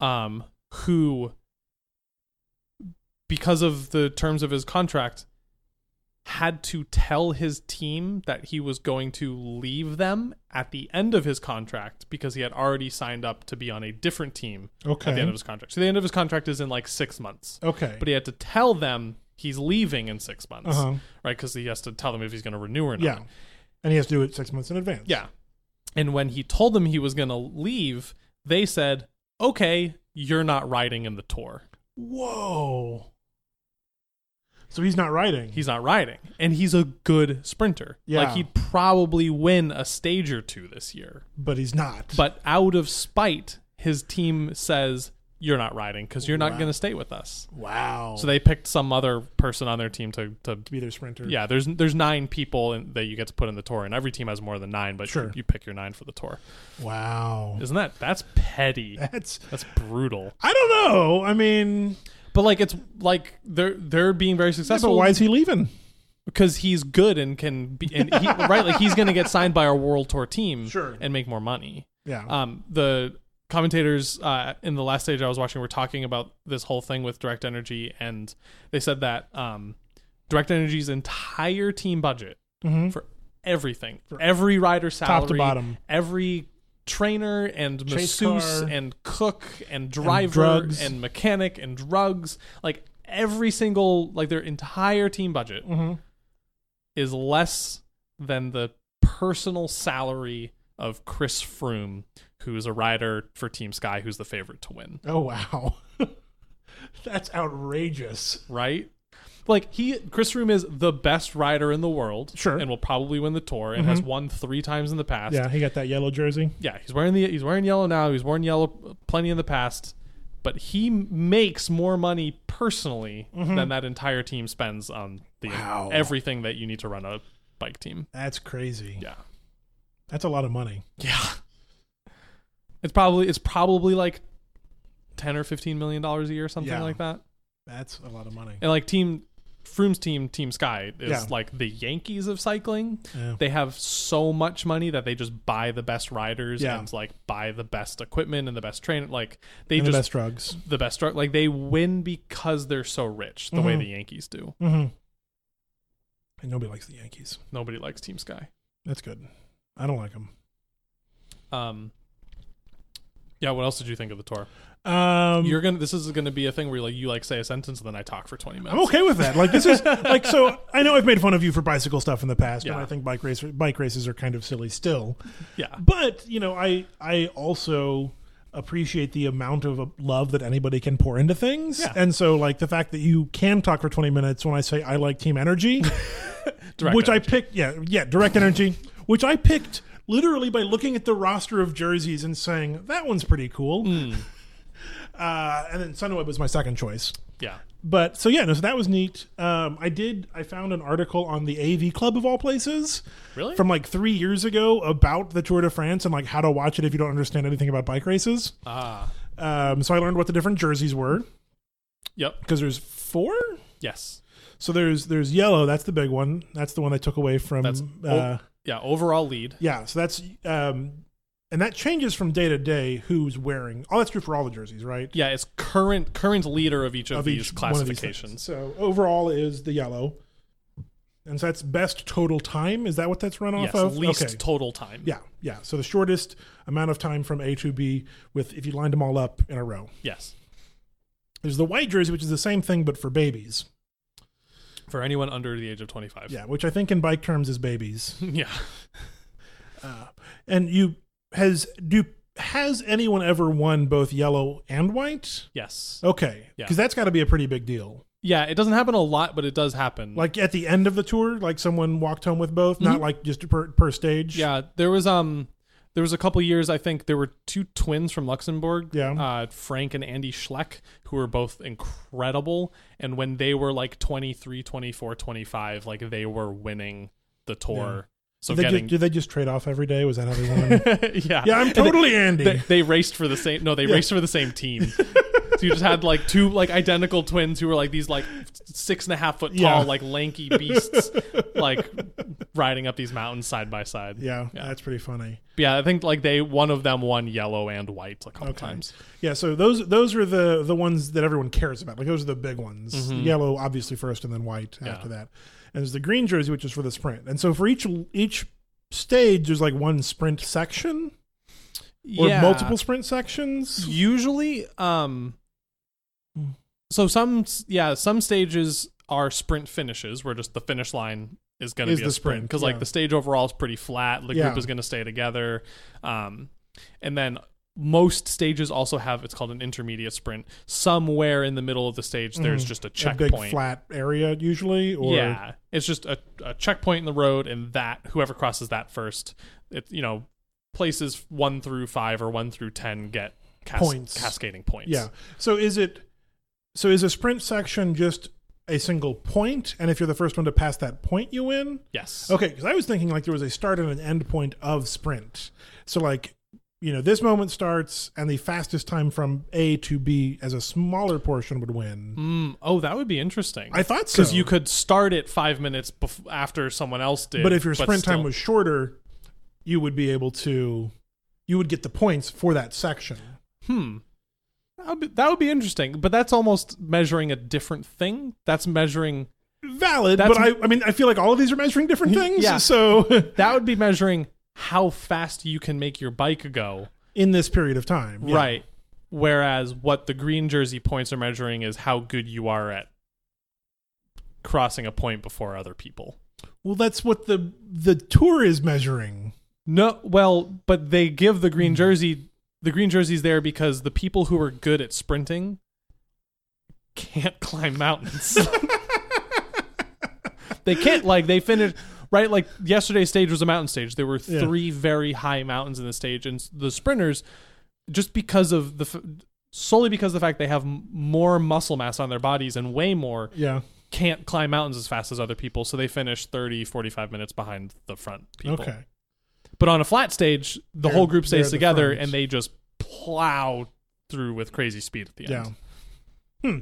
um, who because of the terms of his contract had to tell his team that he was going to leave them at the end of his contract because he had already signed up to be on a different team at the end
Okay.
of his contract. So the end of his contract is in like 6 months.
Okay.
But he had to tell them he's leaving in 6 months,
Uh-huh.
right? Cuz he has to tell them if he's going to renew or not.
Yeah. And he has to do it six months in advance.
Yeah. And when he told them he was going to leave, they said, "Okay, you're not riding in the tour."
Whoa. So he's not riding.
he's not riding and he's a good sprinter
Yeah.
like he'd probably win a stage or two this year
but he's not.
but out of spite his team says you're not riding because you're not
Wow.
going to stay with us
wow.
so they picked some other person on their team to, to
to be their sprinter.
yeah there's there's nine people in, that you get to put in the tour and every team has more than nine but
Sure.
you, you pick your nine for the tour
Wow.
isn't that that's petty
That's
that's brutal
I don't know. I mean,
but like it's like they're they're being very
but
successful
why is he leaving?
because he's good and can be and he, right like he's going to get signed by our world tour team
Sure.
and make more money
Yeah.
um the commentators uh in the last stage i was watching were talking about this whole thing with direct energy and they said that um direct energy's entire team budget
Mhm.
for everything for every rider salary
Top to bottom.
every trainer and
Chase
masseuse
car.
and cook and driver
drugs.
and mechanic and drugs like every single like their entire team budget
Mhm.
is less than the personal salary of Chris Froome, who is a rider for Team Sky, who's the favorite to win.
Oh wow. That's outrageous.
Right? Like he, Chris Froome is the best rider in the world.
Sure. Mm-hmm.
and will probably win the tour and has won three times in the past.
Yeah, he got that yellow jersey.
yeah. He's wearing the he's wearing yellow now. He's worn yellow plenty in the past, but he makes more money personally than that entire team spends on the
Mm-hmm. Wow.
everything that you need to run a bike team.
That's crazy.
Yeah.
That's a lot of money.
Yeah. It's probably it's probably like ten or fifteen million dollars a year, something
Yeah.
like that.
That's a lot of money.
And like team Froome's team, Team Sky, is
Yeah.
like the Yankees of cycling.
Yeah.
They have so much money that they just buy the best riders
Yeah.
and like buy the best equipment and the best train. Like they
And the
just
best drugs.
the best start. Like they win because they're so rich, the way
Mhm.
the Yankees do.
Mm-hmm. And nobody likes the Yankees.
Nobody likes Team Sky.
That's good. I don't like them.
Um, yeah. What else did you think of the tour?
Um,
You're gonna. This is gonna be a thing where like you like say a sentence and then I talk for twenty minutes.
I'm okay with that. Like this is like so. I know I've made fun of you for bicycle stuff in the past, and
Yeah.
I think bike race bike races are kind of silly still.
Yeah.
But you know, I I also appreciate the amount of uh, love that anybody can pour into things,
Yeah.
and so like the fact that you can talk for 20 minutes when I say I like Team Energy,
Direct
which I picked. Yeah, yeah, Direct Energy, which I picked literally by looking at the roster of jerseys and saying that one's pretty cool.
Hmm.
Uh, and then Sunweb was my second choice
Yeah.
but so yeah, no, so that was neat. Um, I did. I found an article on the AV Club of all places,
Really?
from like three years ago about the Tour de France and like how to watch it if you don't understand anything about bike races.
Ah.
Um, so I learned what the different jerseys were
Yep.
because there's four.
Yes.
So there's there's yellow. That's the big one. That's the one they took away from.
That's
uh,
Yeah. Overall lead.
yeah. So that's um, and that changes from day to day who's wearing. Oh, that's true for all the jerseys, right?
Yeah. It's current current leader of each of,
of
these
each one of these things.
classifications.
so overall is the yellow, and so that's best total time. Is that what that's run off
yes.
of?
Least
okay.
total time.
yeah, yeah. So the shortest amount of time from A to B, with if you lined them all up in a row.
Yes.
There's the white jersey, which is the same thing but for babies.
for anyone under the age of 25.
Yeah, which I think in bike terms is babies.
yeah.
Uh, and you has do has anyone ever won both yellow and white?
Yes.
Okay,
Yeah.
because that's got to be a pretty big deal.
Yeah, it doesn't happen a lot, but it does happen.
Like at the end of the tour, like someone walked home with both, not like just per, per stage.
Mm-hmm. yeah, there was um there was a couple years I think there were two twins from Luxembourg,
Yeah.
uh, Frank and Andy Schleck, who were both incredible and when they were like 23, 24, 25, like they were winning the tour. So
Did they,
getting
just, did they just trade off every day? Was that how they won?
yeah.
yeah, I'm
And they-
totally Andy.
they, they raced for the same no they
Yeah.
raced for the same team so you just had like two like identical twins who were like these like six and a half foot tall
Yeah.
like lanky beasts like riding up these mountains side by side
yeah,
Yeah.
that's pretty funny.
But yeah i think like they one of them won yellow and white a couple
Okay.
times
Yeah, so those those are the the ones that everyone cares about. Like those are the big ones. Yellow, obviously first, and then white
Yeah.
after that. And there's the green jersey, which is for the sprint. And so for each each stage, there's like one sprint section or multiple sprint sections.
usually um so some yeah some stages are sprint finishes where just the finish line is going to
Is
be a
the
sprint
sprint,
because
yeah.
like the stage overall is pretty flat the
Yeah.
group is going to stay together um and then most stages also have it's called an intermediate sprint somewhere in the middle of the stage there's just a
Mm-hmm. A big
checkpoint
flat area usually, or
yeah it's just a, a checkpoint in the road and that whoever crosses that first it you know places one through five or one through ten get cas-
Points.
cascading points
yeah. So is it? So is a sprint section just a single point, and if you're the first one to pass that point, you win?
Yes.
Okay, because I was thinking like there was a start and an end point of sprint. So like, you know, this moment starts and the fastest time from A to B as a smaller portion would win.
Mm, oh, that would be interesting.
I thought so.
Because you could start it five minutes bef- after someone else did.
but if your sprint time
still-
was shorter, you would be able to, you would get the points for that section.
Hmm. That would, be, that would be interesting. But that's almost measuring a different thing. That's measuring.
Valid,
That's-
but I, I mean, I feel like all of these are measuring different things.
Yeah.
So
That would be measuring how fast you can make your bike go.
in this period of time, yeah.
Right. Whereas what the green jersey points are measuring is how good you are at crossing a point before other people.
Well, that's what the the tour is measuring.
No, well, but they give the
Hmm.
green jersey. The green jersey's there because the people who are good at sprinting can't climb mountains. they can't like they finished right like yesterday's stage was a mountain stage. There were
Yeah.
three very high mountains in the stage, and s- the sprinters just because of the f- solely because of the fact they have m- more muscle mass on their bodies and way more
Yeah.
can't climb mountains as fast as other people so they finish 30 45 minutes behind the front people
Okay.
but on a flat stage, the
They're-
whole group
they're
stays
the
together
front.
and they just plow through with crazy speed at the
Yeah.
end.
Hmm.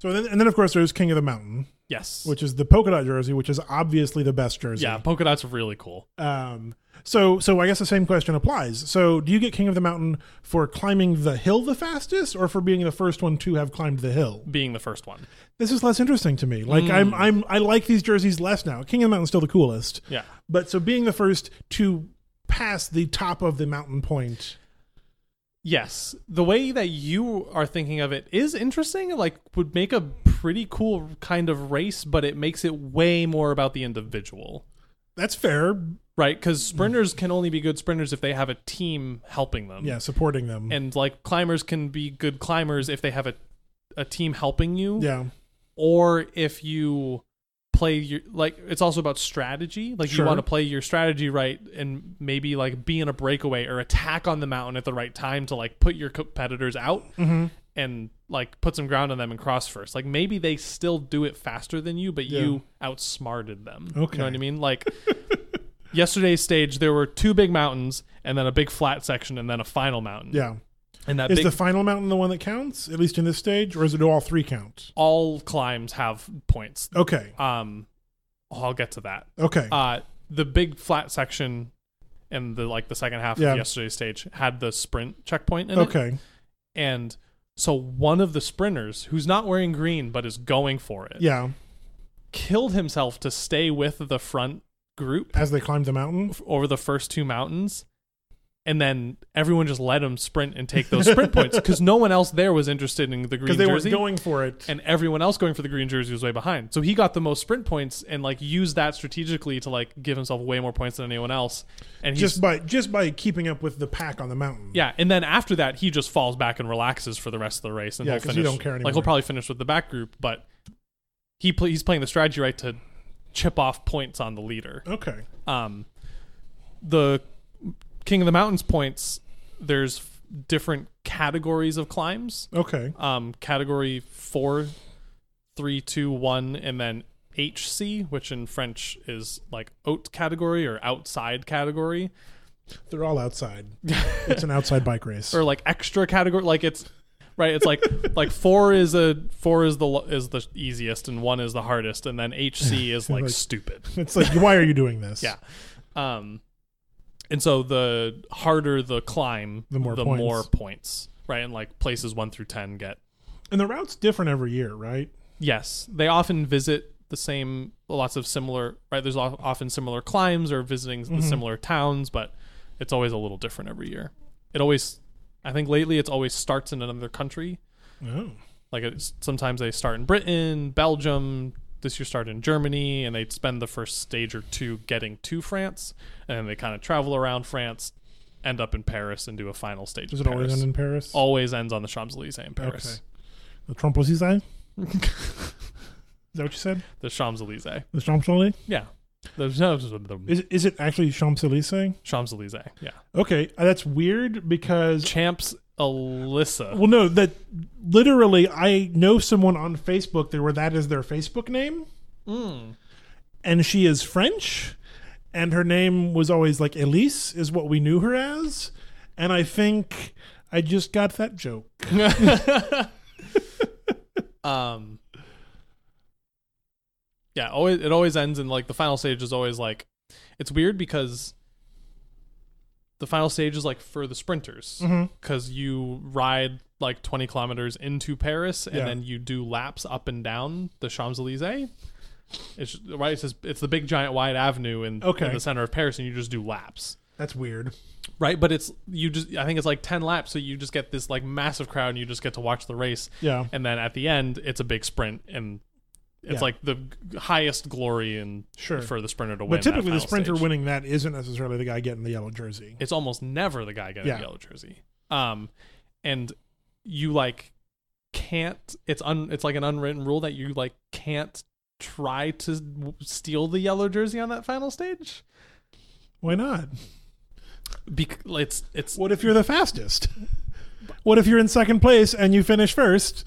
So then, and then of course there's King of the Mountain,
Yes.
which is the polka dot jersey, which is obviously the best jersey.
yeah, polka dots are really cool.
Um. So so I guess the same question applies. So do you get King of the Mountain for climbing the hill the fastest, or for being the first one to have climbed the hill?
Being the first one.
This is less interesting to me. Like I'm I'm I like these jerseys less now. King of the Mountain's still the coolest,
Mm. Yeah.
but so being the first to pass the top of the mountain point.
Yes. The way that you are thinking of it is interesting, like would make a pretty cool kind of race, but it makes it way more about the individual.
That's fair.
Right? Cuz
Mm.
sprinters can only be good sprinters if they have a team helping them.
Yeah, supporting them.
And like climbers can be good climbers if they have a a team helping you.
yeah.
or if you play your like it's also about strategy like
Sure.
you want to play your strategy right and maybe like be in a breakaway or attack on the mountain at the right time to like put your competitors out
Mm-hmm.
and like put some ground on them and cross first like maybe they still do it faster than you but you outsmarted them you
Okay.
know what i mean like yesterday's stage there were two big mountains and then a big flat section and then a final mountain
Yeah.
and that
Is
big
the final mountain the one that counts, at least in this stage, or is it do all three count?
all climbs have points
Okay.
um i'll get to that
Okay.
uh the big flat section and the like the second half
Yeah.
of yesterday's stage had the sprint checkpoint in it.
okay.
And so one of the sprinters who's not wearing green but is going for it
Yeah.
killed himself to stay with the front group
As they climb the mountain.
over the first two mountains and then everyone just let him sprint and take those sprint points because no one else there was interested in the green
because they
jersey
were going for it.
and everyone else going for the green jersey was way behind. So he got the most sprint points and like used that strategically to like give himself way more points than anyone else. And he's
just by just by keeping up with the pack on the mountain.
yeah, and then after that he just falls back and relaxes for the rest of the race and
Yeah,
he'll
'cause
finish.
you don't care
Like
anymore.
he'll probably finish with the back group, but he pl- he's playing the strategy right to chip off points on the leader.
Okay.
Um, the King of the Mountains points. There's f- different categories of climbs
Okay.
um, category four, three, two, one, and then HC, which in French is like haute category or outside category
They're all outside. it's an outside bike race.
or like extra category. Like it's right. It's like like four is a four is the lo- is the easiest and one is the hardest, and then HC is like
Right.
stupid.
It's like, why are you doing this?
Yeah. Um, and so the harder the climb,
The more
the
points.
more points, right? And like places one through ten get
And the route's different every year, right?
Yes, they often visit the same lots of similar right. There's of- often similar climbs or visiting
Mm-hmm.
the similar towns, but it's always a little different every year. It always, I think lately it's always starts in another country.
Oh.
Like it's, sometimes they start in Britain, Belgium. This year started in Germany, and they'd spend the first stage or two getting to France, and then they kind of travel around France, end up in Paris, and do a final stage.
Does
in
it always
Paris.
end in Paris?
Always ends on the Champs Elysees in Paris.
Okay. The Trompe-l'Oeil? Is that what you said?
The Champs Elysees.
The Champs-Elysees?
Yeah. There's no the
Is, is it actually Champs-Elysees?
Champs Elysees. Yeah.
Okay. Uh, that's weird because
Champs Alyssa.
Well, no, that literally, I know someone on Facebook that where that is their Facebook name, and she is French, and her name was always like Elise is what we knew her as, and I think I just got that joke.
Um Yeah, always it always ends in like the final stage is always like it's weird because the final stage is like for the sprinters
Mm-hmm.
because you ride like 20 kilometers into Paris and
Yeah.
then you do laps up and down the Champs Elysees. It's right. It's, just, it's the big giant wide avenue in,
Okay.
in the center of Paris, and you just do laps.
That's weird.
right but it's you just i think it's like 10 laps so you just get this like massive crowd and you just get to watch the race
Yeah.
and then at the end it's a big sprint and it's
Yeah.
like the g- highest glory and
Sure.
for the sprinter to win
But
that
typically, the
final
sprinter
stage.
winning that isn't necessarily the guy getting the yellow jersey.
it's almost never the guy getting
Yeah.
the yellow jersey um and you like can't it's un it's like an unwritten rule that you like can't try to w- steal the yellow jersey on that final stage
Why not?
Bec- it's it's
What if you're the fastest? What if you're in second place and you finish first?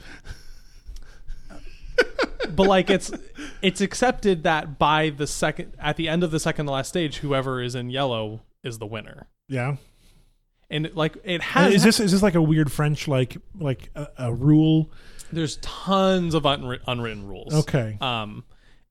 but like it's it's accepted that by the second at the end of the second to last stage whoever is in yellow is the winner
Yeah.
and like it
And
has
Uh, is this is this like a weird French like like a, a rule?
there's tons of unwri- unwritten rules
Okay.
um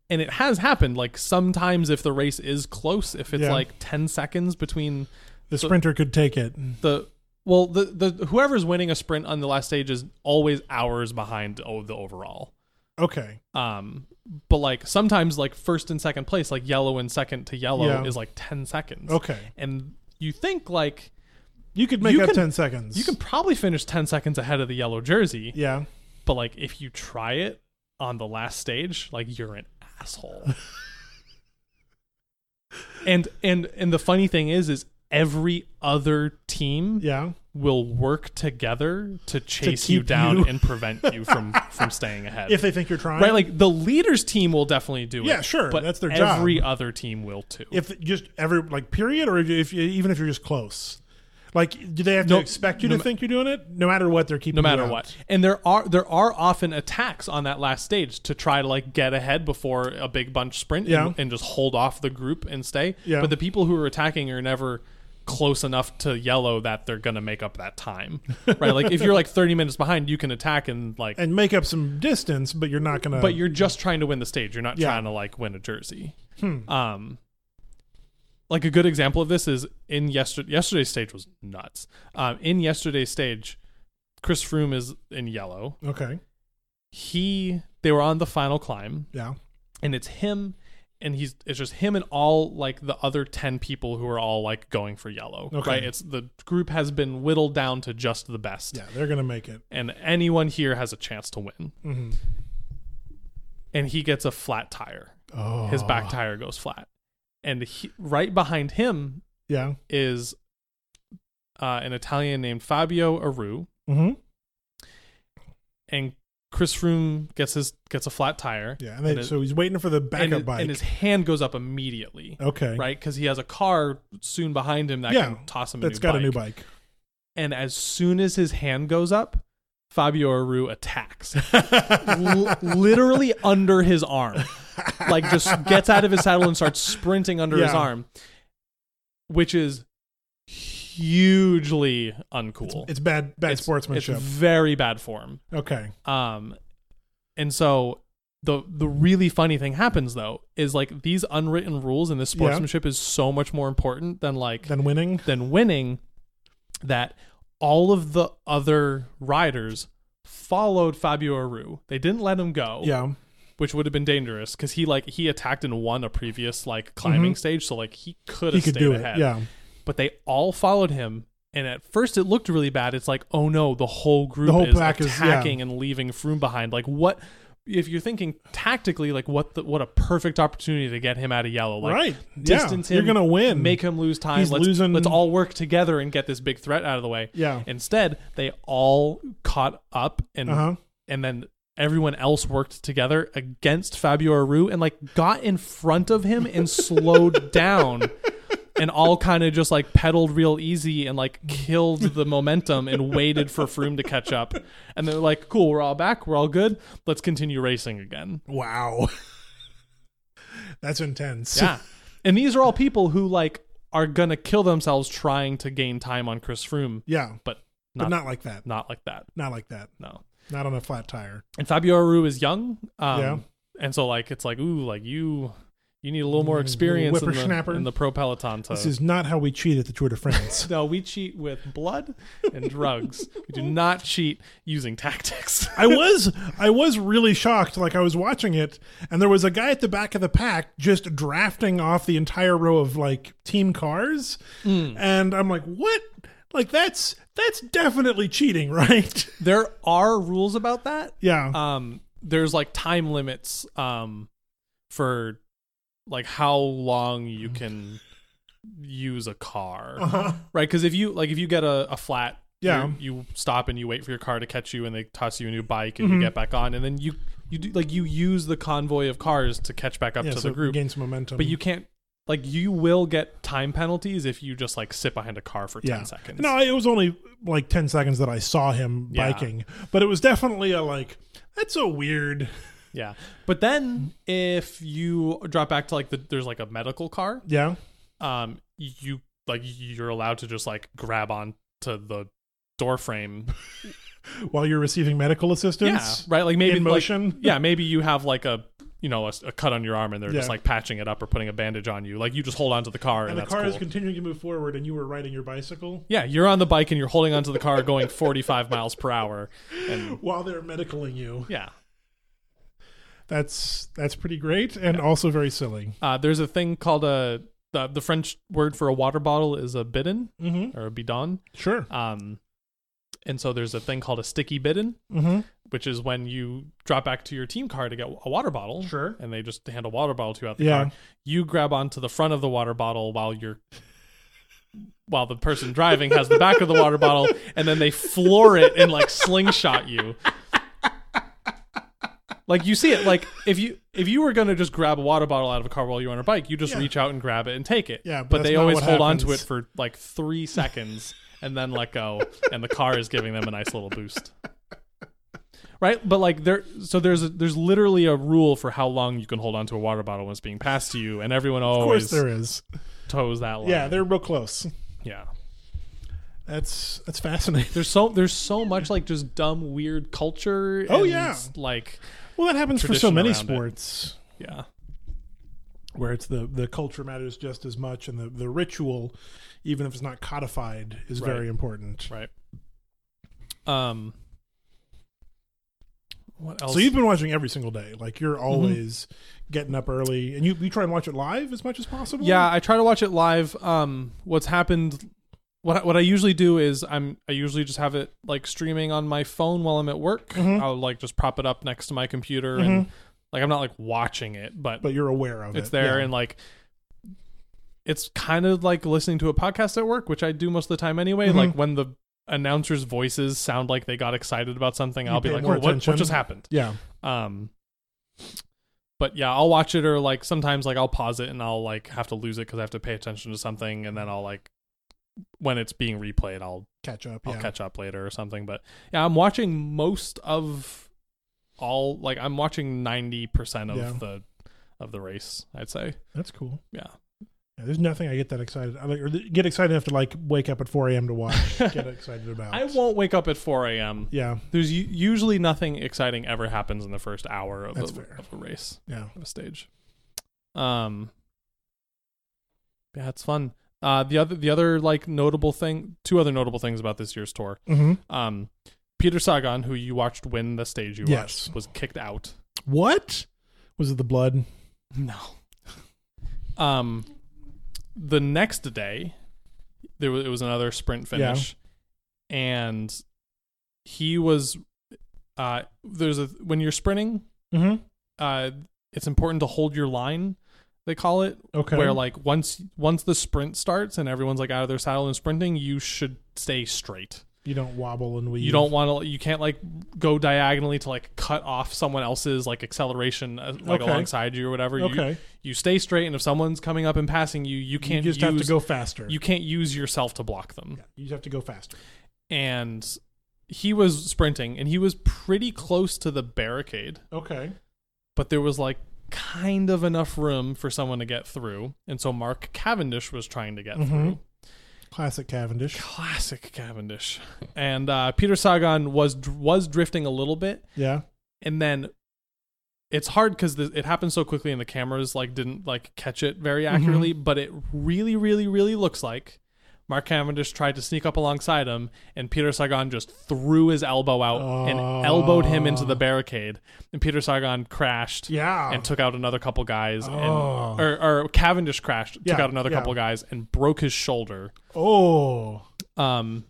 and it has happened like sometimes if the race is close if it's
Yeah.
like 10 seconds between
The sprinter could take it.
the well the, the whoever's winning a sprint on the last stage is always hours behind o- the overall
Okay.
um but like sometimes like first and second place like yellow and second to yellow
Yeah.
is like 10 seconds
Okay.
and you think like
You could make
You
up
can-
10 seconds.
you can probably finish 10 seconds ahead of the yellow jersey
Yeah.
but like if you try it on the last stage like you're an asshole and and and the funny thing is is every other team
Yeah.
will work together to chase you
keep
down
you-
and prevent you from from staying ahead
If they think you're trying.
right like the leaders team will definitely do it
Yeah, sure,
but
that's their job.
every other team will too
if just every like period or if you, even if you're just close. Like do they have to
No-
expect you
no
to think you're doing it? No matter what they're keeping
no matter
you out.
what. And there are there are often attacks on that last stage to try to like get ahead before a big bunch sprint
Yeah.
and, and just hold off the group and stay.
Yeah.
But the people who are attacking are never close enough to yellow that they're gonna make up that time. Right? like if you're like thirty minutes behind, you can attack and like
And make up some distance, but you're not going to
but you're just trying to win the stage. You're not
Yeah. Hmm.
trying to like win a jersey. Um, like a good example of this is in yesterday. Yesterday's stage was nuts. Um, in yesterday's stage, Chris Froome is in yellow.
Okay.
He they were on the final climb,
Yeah.
and it's him and he's it's just him and all like the other 10 people who are all like going for yellow
Okay.
right it's the group has been whittled down to just the best
Yeah, they're gonna make it.
and anyone here has a chance to win
hmm
and he gets a flat tire
Oh,
his back tire goes flat and he, right behind him
Yeah.
is uh, an italian named fabio aru
hmm
and chris Froome gets his gets a flat tire
Yeah. And, they,
it-
so he's waiting for the backup
and, his-
bike.
and his hand goes up immediately
okay.
right because he has a car soon behind him that
Yeah,
can toss him a
That's
new
got
bike.
a new bike.
and as soon as his hand goes up fabio aru attacks L- literally under his arm like just gets out of his saddle and starts sprinting under his
Yeah.
arm which is hugely uncool
It's bad. Bad sportsmanship.
it's very bad form
okay.
um, and so the the really funny thing happens though is like these unwritten rules and this
Yeah.
sportsmanship is so much more important than like
Then winning.
than winning that all of the other riders followed Fabio Aru. They didn't let him go,
Yeah.
which would have been dangerous because he like he attacked and won a previous like climbing stage, so like he could
Mm-hmm. He
have
could
stayed
do
ahead.
it. Yeah.
But they all followed him. And at first, it looked really bad. It's like, oh no, the whole group
whole
is
pack is- yeah.
attacking and leaving Froome behind. Like, what? If you're thinking tactically, like, what? The, what a perfect opportunity to get him out of yellow. Like,
right.
distance
yeah.
him.
You're gonna win.
make him lose time.
He's
let's,
losing-
let's all work together and get this big threat out of the way.
Yeah.
Instead, they all caught up and
Uh-huh.
and then everyone else worked together against Fabio Aru and like got in front of him and slowed down and all kind of just like pedaled real easy and like killed the momentum and waited for Froome to catch up. And they're like, cool, we're all back, we're all good. Let's continue racing again.
Wow. That's intense.
Yeah. And these are all people who like are gonna kill themselves trying to gain time on Chris Froome,
Yeah.
but
But
not, not
not like that.
like that.
Not like that.
No.
Not on a flat tire.
And Fabio Aru is young. Um,
Yeah.
And so like it's like ooh like you you need a little more experience in the,
whippersnapper.
in the pro peloton to.
This is not how we cheat at the Tour de France.
no, we cheat with blood and drugs. We do not cheat using tactics.
I was I was really shocked. Like I was watching it, and there was a guy at the back of the pack just drafting off the entire row of like team cars, and I'm like, what? Like that's that's definitely cheating, right?
there are rules about that.
yeah.
um there's like time limits um for like how long you can use a car
Mm. Uh-huh.
right because if you like if you get a, a flat
Yeah.
you, you stop and you wait for your car to catch you and they toss you a new bike and
Mm-hmm.
you get back on and then you you do like you use the convoy of cars to catch back up
yeah.
to
so
the group
gain some momentum,
but you can't like you will get time penalties if you just like sit behind a car for 10 seconds
No, it was only like ten seconds that I saw him
Yeah.
biking, but it was definitely a like. That's a weird.
yeah but then if you drop back to like the there's like a medical car
Yeah.
um you like you're allowed to just like grab on to the door frame
While you're receiving medical
yeah
assistance.
right like maybe
in
like-
motion.
yeah maybe you have like a you know a, a cut on your arm and they're just
Yeah.
like patching it up or putting a bandage on you like you just hold onto the car and,
And the
that's
car
cool
is continuing to move forward, and you were riding your bicycle.
yeah you're on the bike and you're holding onto the car going 45 miles per hour and
while they're medicaling you.
yeah
That's that's pretty great and also very silly.
uh there's a thing called a the, the french word for a water bottle is a bidon
Mm-hmm.
or a bidon
Sure.
um and so there's a thing called a sticky bidon
Mm-hmm.
which is when you drop back to your team car to get a water bottle.
Sure.
And they just hand a water bottle to you out the
Yeah.
car. You grab onto the front of the water bottle while you're while the person driving has the back of the water bottle and then they floor it and like slingshot you. Like you see it like if you if you were going to just grab a water bottle out of a car while you're on a bike, you just
Yeah.
reach out and grab it and take it.
Yeah, but
but,
that's
they
not
always
what
hold on to it
happens.
for like 3 seconds and then let go and the car is giving them a nice little boost right but like there so there's a, there's literally a rule for how long you can hold onto a water bottle when it's being passed to you and everyone
Of course
always
there is.
toes that line
Yeah, they're real close.
yeah
That's that's fascinating.
there's so there's so much like just dumb weird culture
Oh,
and,
yeah.
like
Well, that happens for so
Tradition
many
around it.
sports
yeah
where it's the the culture matters just as much, and the the ritual, even if it's not codified, is
Right.
very important.
right um What else?
So you've been watching every single day. Like
Mm-hmm.
you're always getting up early, and you, you try and watch it live as much as possible.
yeah, I try to watch it live. Um, what's happened? What I- what I usually do is I'm I usually just have it like streaming on my phone while I'm at work.
Mm-hmm.
I'll like just prop it up next to my computer and like I'm not like watching it, but,
but you're aware of it.
it's there
Yeah.
and like it's kind of like listening to a podcast at work, which I do most of the time anyway.
Mm-hmm.
Like when the announcers' voices sound like they got excited about something, I'll be
pay
like,
more
"Oh, what,
attention."
what just happened?"
yeah,
Um, but yeah, I'll watch it or like sometimes like I'll pause it and I'll like have to lose it because I have to pay attention to something, and then I'll like when it's being replayed, I'll
catch up.
I'll
yeah.
catch up later or something. But yeah, I'm watching most of all like I'm watching ninety percent of
Yeah.
the of the race. I'd say
That's cool.
yeah.
Yeah, there's nothing I get that excited. I like, or th- get excited enough to like wake up at 4 a.m. to watch. get excited about.
I won't wake up at 4 a.m.
Yeah,
There's u- usually nothing exciting ever happens in the first hour of, a,
That's fair.
of a race.
yeah.
of a stage. Um, yeah, it's fun. Uh, the other, the other like notable thing, two other notable things about this year's tour.
Mm-hmm.
Um, Peter Sagan, who you watched win the stage you
Yes.
watched, was kicked out.
What was it? The blood?
No. um, the next day, there was, it was another sprint finish, and he was. Uh, there's a when you're sprinting,
Mm-hmm.
uh, it's important to hold your line. They call it
Okay.
where like once once the sprint starts and everyone's like out of their saddle and sprinting, you should stay straight.
you don't wobble and weave.
You don't want to. You can't like go diagonally to like cut off someone else's like acceleration uh, like
Okay.
alongside you or whatever. You-
Okay.
You, stay straight, and if someone's coming up and passing you, you
You
can't
just
use,
have to go faster.
You can't use yourself to block them.
Yeah, you just have to go faster.
And he was sprinting, and he was pretty close to the barricade
Okay.
but there was like kind of enough room for someone to get through. And so Mark Cavendish was trying to get
Mm-hmm.
through.
Classic Cavendish.
Classic Cavendish. And uh, Peter Sagan was was drifting a little bit,
Yeah.
and then it's hard because it happened so quickly, and the cameras like didn't like catch it very
Mm-hmm.
accurately. But it really, really, really looks like. Mark Cavendish tried to sneak up alongside him, and Peter Sagan just threw his elbow out
Oh.
and elbowed him into the barricade. And Peter Sagan crashed
Yeah.
and took out another couple guys,
Oh.
and, or, or Cavendish crashed, took
Yeah,
out another
yeah.
couple guys, and broke his shoulder,
oh.
um,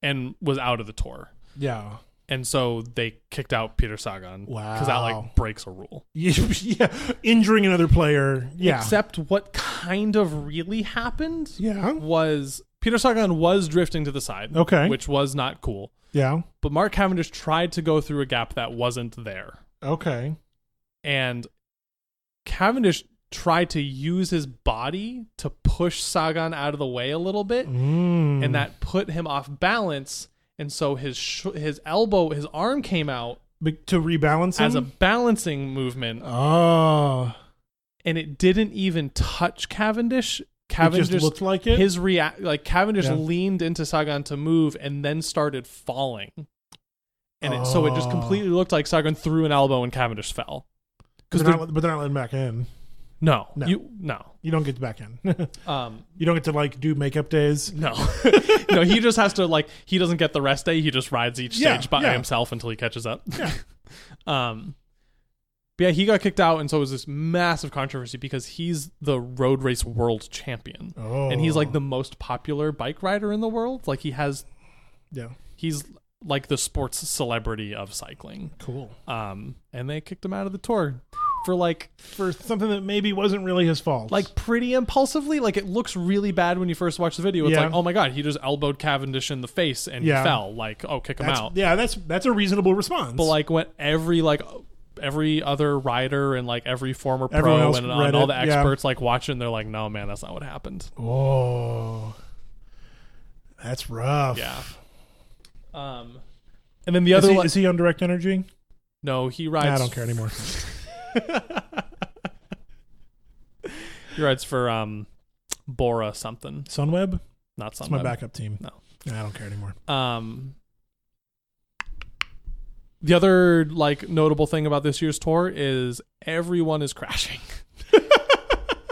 and was out of the tour.
Yeah.
And so they kicked out Peter Sagan because that
Wow.
like breaks a rule.
yeah. Injuring another player. Yeah.
Except what kind of really happened
yeah.
was Peter Sagan was drifting to the side,
Okay.
which was not cool.
Yeah.
But Mark Cavendish tried to go through a gap that wasn't there,
Okay.
and Cavendish tried to use his body to push Sagan out of the way a little bit.
Mm.
and that put him off balance and so his sh- his elbow his arm came out
But to rebalance
as a
him?
balancing movement
Oh.
and it didn't even touch Cavendish Cavendish
looked like it?
his react like Cavendish
Yeah.
leaned into Sagan to move and then started falling and it, so it just
Oh.
completely looked like Sagan threw an elbow and Cavendish fell because
Because they're not, but they're not letting back in.
no,
No.
you no
You don't get back in. you
um
don't get to like do makeup days.
no no he just has to like he doesn't get the rest day he just rides each
Yeah,
stage by
yeah.
himself until he catches up
Yeah.
Um, but yeah, he got kicked out, and so it was this massive controversy because he's the road race world champion,
Oh.
and he's like the most popular bike rider in the world. Like he has,
Yeah.
he's like the sports celebrity of cycling.
Cool.
Um, and they kicked him out of the tour for like
For something that maybe wasn't really his fault.
like pretty impulsively. Like it looks really bad when you first watch the video. It's
Yeah.
like, oh my god, he just elbowed Cavendish in the face and
Yeah.
he fell. Like, oh, kick him
that's,
out.
yeah, that's that's a reasonable response.
But like when every like every other rider and like every former
Everyone
pro
else
and,
read
and all
it,
the
yeah.
experts like watching, they're like, no man, that's not what happened.
oh, that's rough.
Yeah. Um, and then the
Is
other
he,
one,
is he on direct energy?
no, he
Nah,
rides.
I don't care anymore.
He rides for um, Bora something,
Sunweb,
not
it's
something.
my backup team.
No.
Nah, I don't care anymore.
Um. The other like notable thing about this year's tour is everyone is crashing.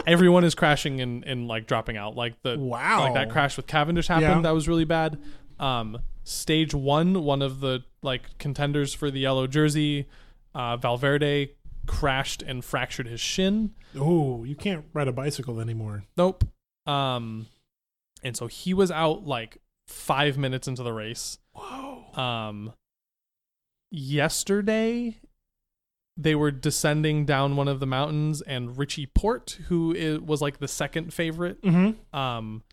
everyone is crashing and, and like dropping out. Like the
Wow.
like that crash with Cavendish happened.
Yeah.
That was really bad. Um, stage one, one of the like contenders for the yellow jersey, Uh, Valverde crashed and fractured his shin.
Oh, you can't ride a bicycle anymore.
Nope. Um, and so he was out like five minutes into the race.
Whoa.
Um, yesterday, they were descending down one of the mountains, and Richie Port, who i was like the second favorite,
Mm-hmm.
um,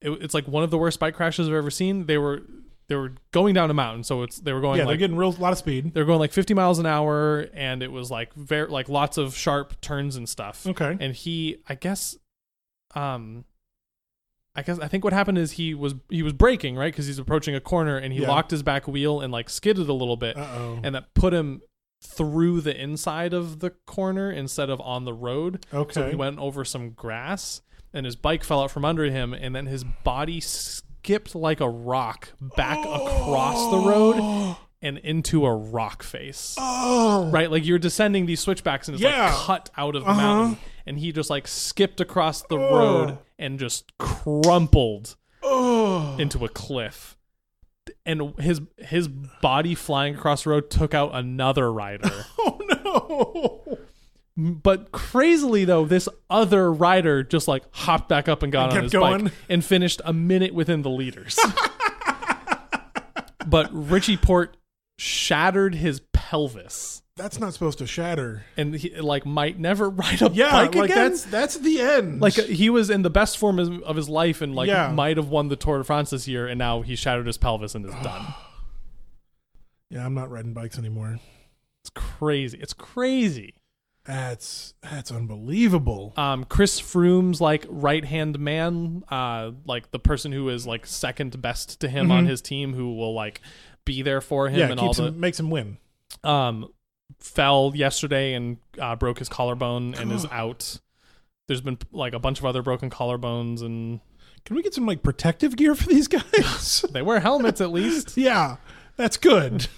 it, it's like one of the worst bike crashes I've ever seen. They were they were going down a mountain, so it's they were going
Yeah, they're
like
getting real lot of speed.
they were going like 50 miles an hour, and it was like very like lots of sharp turns and stuff
Okay.
and he i guess um i guess i think what happened is he was he was braking right because he's approaching a corner and he
Yeah.
locked his back wheel and like skidded a little bit
Uh oh.
and that put him through the inside of the corner instead of on the road
Okay.
so he went over some grass and his bike fell out from under him and then his body skipped like a rock back across the road and into a rock face
Oh.
right? Like you're descending these switchbacks and it's
Yeah.
like cut out of the
Uh-huh.
mountain, and he just like skipped across the
Ugh.
road and just crumpled
Oh.
into a cliff. And his his body flying across the road took out another rider.
oh no.
but crazily though, this other rider just like hopped back up and got on
kept
his
going.
bike and finished a minute within the leaders. but Richie Port shattered his pelvis.
That's not supposed to shatter.
and he, like might never ride a
Yeah,
bike
like
again.
that's that's the end.
like uh, he was in the best form of of his life and like
Yeah.
might have won the Tour de France this year, and now he shattered his pelvis and is done.
yeah, I'm not riding bikes anymore.
It's crazy. It's crazy.
That's that's unbelievable.
Um, Chris Froome's like right hand man, uh, like the person who is like second best to him on his team, who will like be there for him
Mm-hmm. yeah,
and all
keeps
the
him, makes him win.
um, fell yesterday and uh, broke his collarbone and is out. There's been like a bunch of other broken collarbones and
Can we get some like protective gear for these guys?
they wear helmets at least.
yeah, that's good.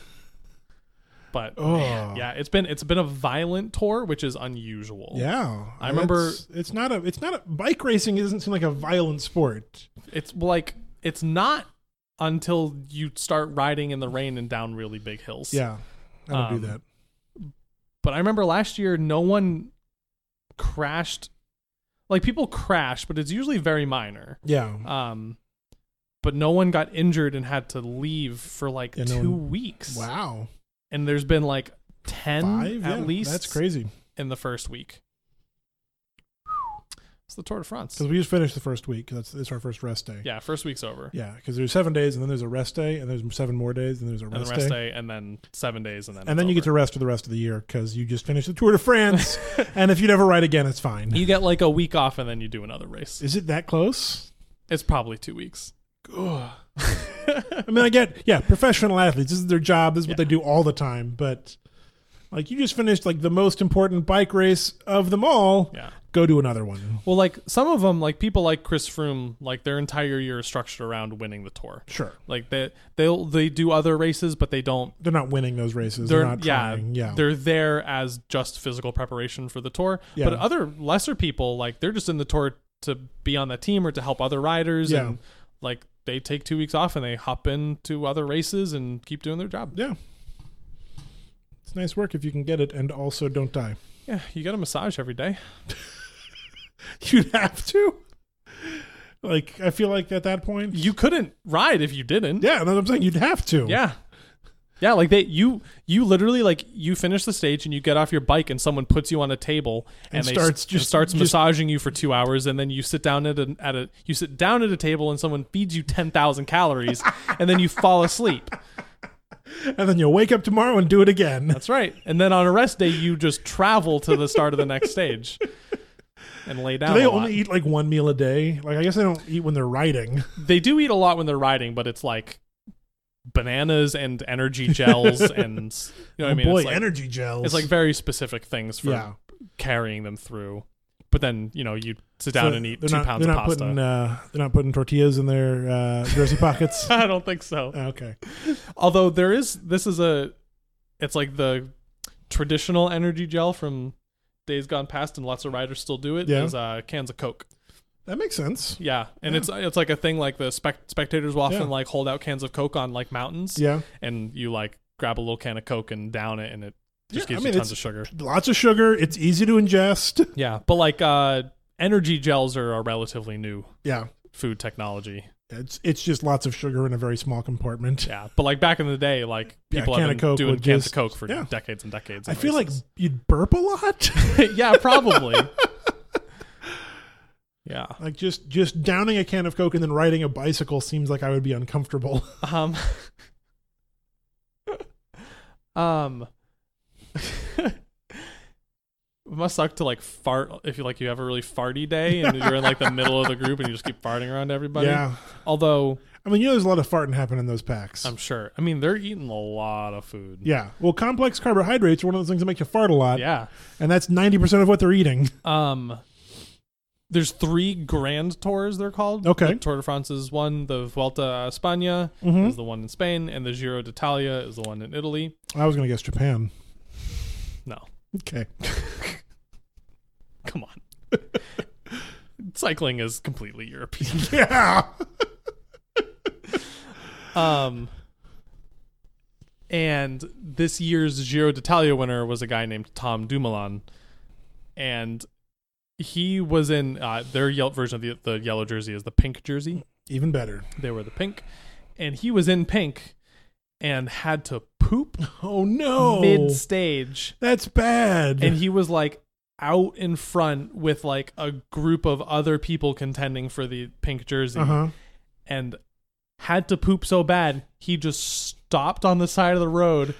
but
Oh.
man, yeah it's been it's been a violent tour which is unusual
Yeah,
I remember-
It's, it's not a. It's not a. Bike racing doesn't seem like a violent sport.
it's like it's not until you start riding in the rain and down really big hills
Yeah, I don't do
Um,
that.
but i remember last year no one crashed like people crash but it's usually very minor
Yeah,
um but no one got injured and had to leave for like
Yeah, no
two
one-
weeks
wow,
and there's been like 10
five
at
Yeah,
least
That's crazy
in the first week it's the tour de france
because we just finished the first week. 'cause That's it's our first rest day.
yeah first week's over
yeah, because there's seven days and then there's a rest day and there's seven more days and there's a
and
rest,
the rest
day.
day, and then seven days, and then
And then you get to rest for the rest of the year because you just finished the Tour de France. and if you never ride again, it's fine.
you get like a week off, and then you do another race.
Is it that close?
It's probably two weeks.
Ugh. I mean, I get, yeah, professional athletes. This is their job. This is what they do all the time. But like, you just finished like the most important bike race of them all.
Yeah.
Go do another one.
Well, like some of them, like people like Chris Froome, like their entire year is structured around winning the tour.
Sure.
Like they they'll they do other races, but they don't.
They're not winning those races. They're,
They're
not
yeah,
trying. Yeah.
they're there as just physical preparation for the tour.
Yeah.
But other lesser people, like they're just in the tour to be on the team or to help other riders,
Yeah.
and like they take two weeks off and they hop into other races and keep doing their job.
yeah. It's nice work if you can get it and also don't die.
Yeah, you get a massage every day.
You'd have to. Like, I feel like at that point.
you couldn't ride if you didn't.
Yeah, that's what I'm saying. You'd have to.
Yeah. Yeah, like they you you literally like you finish the stage and you get off your bike and someone puts you on a table and,
And
they
starts
s-
just-
starts
just-
massaging you for 2 hours and then you sit down at a, at a you sit down at a table and someone feeds you 10,000 calories and then you fall asleep.
And then you'll wake up tomorrow and do it again.
That's right. And then on a rest day you just travel to the start of the next stage and lay down.
Do they
a lot.
only eat like one meal a day? Like, I guess they don't eat when they're riding.
they do eat a lot when they're riding, but it's like bananas and energy gels and you know what I mean.
Oh, Boy,
it's like,
energy gels.
It's like very specific things for
yeah.
carrying them through. But then you know you sit down
So
and eat
they're
two
not-
pounds
they're
of
not
pasta.
Putting, uh, they're not putting tortillas in their uh, jersey pockets. Ah,
I don't think so.
Okay.
Although there is this is a, it's like the traditional energy gel from days gone past, and lots of riders still do it. Is
Yeah.
uh, cans of Coke.
That makes sense.
Yeah, and
Yeah.
it's it's like a thing. Like the spec- spectators will often
Yeah.
like hold out cans of Coke on like mountains.
Yeah.
and you like grab a little can of coke and down it and it Just
Yeah,
gives
I mean,
you tons
it's-
of sugar.
Lots of sugar. It's easy to ingest.
Yeah, but like uh, energy gels are a relatively new
Yeah.
food technology.
It's it's just lots of sugar in a very small compartment.
Yeah, but like back in the day, like
Yeah,
people
can
have
of
been
Coke
doing
would
cans
just-
of Coke for
yeah.
decades and decades.
I
and
feel like
races.
you'd burp a lot.
yeah, probably. yeah.
like just just downing a can of Coke and then riding a bicycle seems like I would be uncomfortable.
Um. um. it must suck to like fart if you like you have a really farty day and you're in like the middle of the group and you just keep farting around everybody.
yeah.
Although
I mean, you know, there's a lot of farting happening in those packs.
I'm sure. I mean, they're eating a lot of food.
yeah. Well, complex carbohydrates are one of those things that make you fart a lot,
Yeah.
and that's 90% of what they're eating.
Um. There's three grand tours they're called.
Okay.
The Tour de France is one. The Vuelta a España
Mhm.
is the one in Spain, and the Giro d'Italia is the one in Italy.
I was going to guess Japan.
No,
Okay.
come on. Cycling is completely European.
yeah.
Um, and this year's Giro d'Italia winner was a guy named Tom Dumoulin, and he was in uh, their Yelp version of the, the yellow jersey is the pink jersey.
Even better.
They were the pink, and he was in pink, and had to poop
Oh, no.
mid stage,
that's bad.
and he was like out in front with like a group of other people contending for the pink jersey
uh huh.
and had to poop so bad he just stopped on the side of the road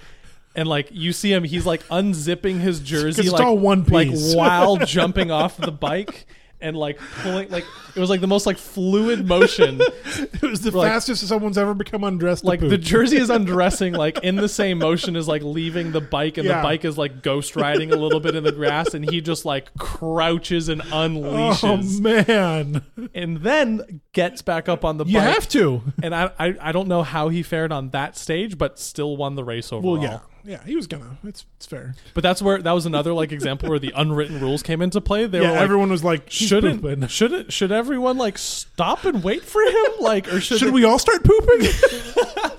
and like you see him he's like unzipping his jersey
it's
like
all one piece.
like while jumping off the bike and like pulling like it was like the most like fluid motion
It was the
Like-
fastest someone's ever become undressed. to
like the
poop.
jersey is undressing like in the same motion as like leaving the bike and
Yeah.
the bike is like ghost riding a little bit in the grass and he just like crouches and unleashes
Oh man,
and then gets back up on the
you
bike
have to.
and I, I I don't know how he fared on that stage, but still won the race overall.
Well, yeah, yeah, he was gonna. It's it's fair.
But that's where that was another like example where the unwritten rules came into play. They
yeah,
were like,
everyone was like, "He's
shouldn't
pooping."
shouldn't should everyone like stop and wait for him? Like or should,
Should we all start pooping?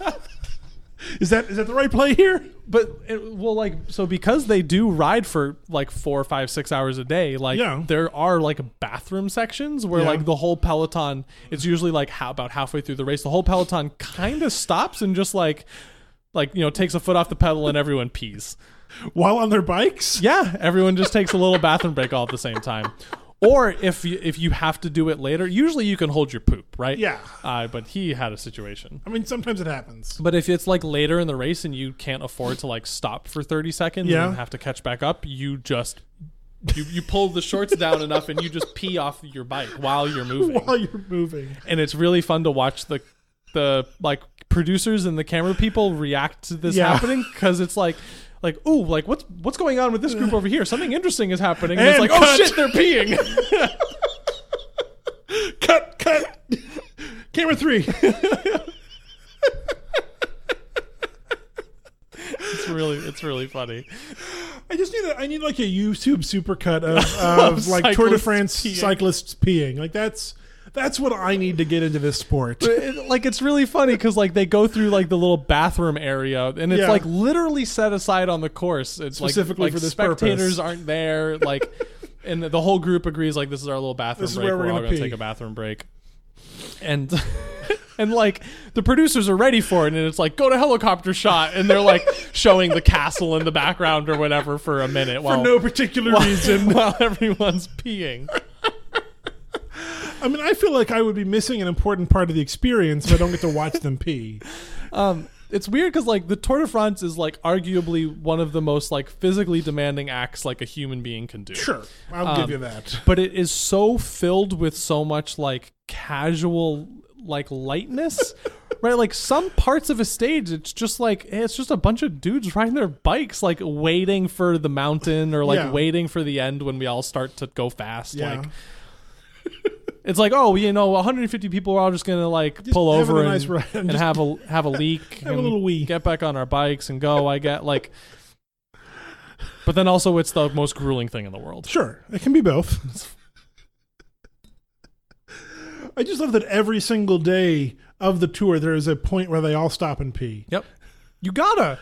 is that is that the right play here?
But it, well, like so because they do ride for like four, five, six hours a day. Like
Yeah.
there are like bathroom sections where
Yeah.
like the whole peloton. It's usually like how about halfway through the race, the whole peloton kind of stops and just like like you know takes a foot off the pedal and everyone pees.
While on their bikes?
Yeah, everyone just takes a little bathroom break all at the same time. Or if you, if you have to do it later, usually you can hold your poop, right?
Yeah.
Uh, but he had a situation.
I mean, sometimes it happens.
But if it's like later in the race and you can't afford to like stop for 30 seconds
Yeah.
and have to catch back up, you just you, you pull the shorts down enough and you just pee off your bike while you're moving.
While you're moving,
and it's really fun to watch the the like producers and the camera people react to this
Yeah.
happening because it's like like oh like what's what's going on with this group over here something interesting is happening and,
And
it's like oh
cut.
shit they're peeing
cut, cut. Camera three.
it's really it's really funny
I just need a, I need like a YouTube supercut of, of like Tour de
cyclists
France
peeing.
cyclists peeing. Like that's that's what I need to get into this sport.
It- like it's really funny because like they go through like the little bathroom area and it's
Yeah.
like literally set aside on the course it's
Specifically
like, like
for this
spectators
purpose.
aren't there like and the whole group agrees like this is our little bathroom
This is
break
where we're
all
gonna
gonna
pee.
take a bathroom break and and like the producers are ready for it and it's like go to helicopter shot and they're like showing the castle in the background or whatever for a minute while
For no particular reason.
while everyone's peeing
I mean, I feel like I would be missing an important part of the experience if I don't get to watch them pee.
um, it's weird because like the Tour de France is like arguably one of the most like physically demanding acts like a human being can do.
Sure, I'll
Um,
give you that.
but it is so filled with so much like casual like lightness. Right, like some parts of a stage, it's just like hey, it's just a bunch of dudes riding their bikes, like waiting for the mountain or like
Yeah.
waiting for the end when we all start to go fast.
Yeah.
Like it's like, oh, you know, 150 people are all just gonna like pull
having
over
a
and,
nice ride and
and
just
have a have a leak,
have a
and
little wee.
get back on our bikes and go. I get like, but then also it's the most grueling thing in the world.
Sure, it can be both. I just love that every single day of the tour, there is a point where they all stop and pee.
Yep, you gotta.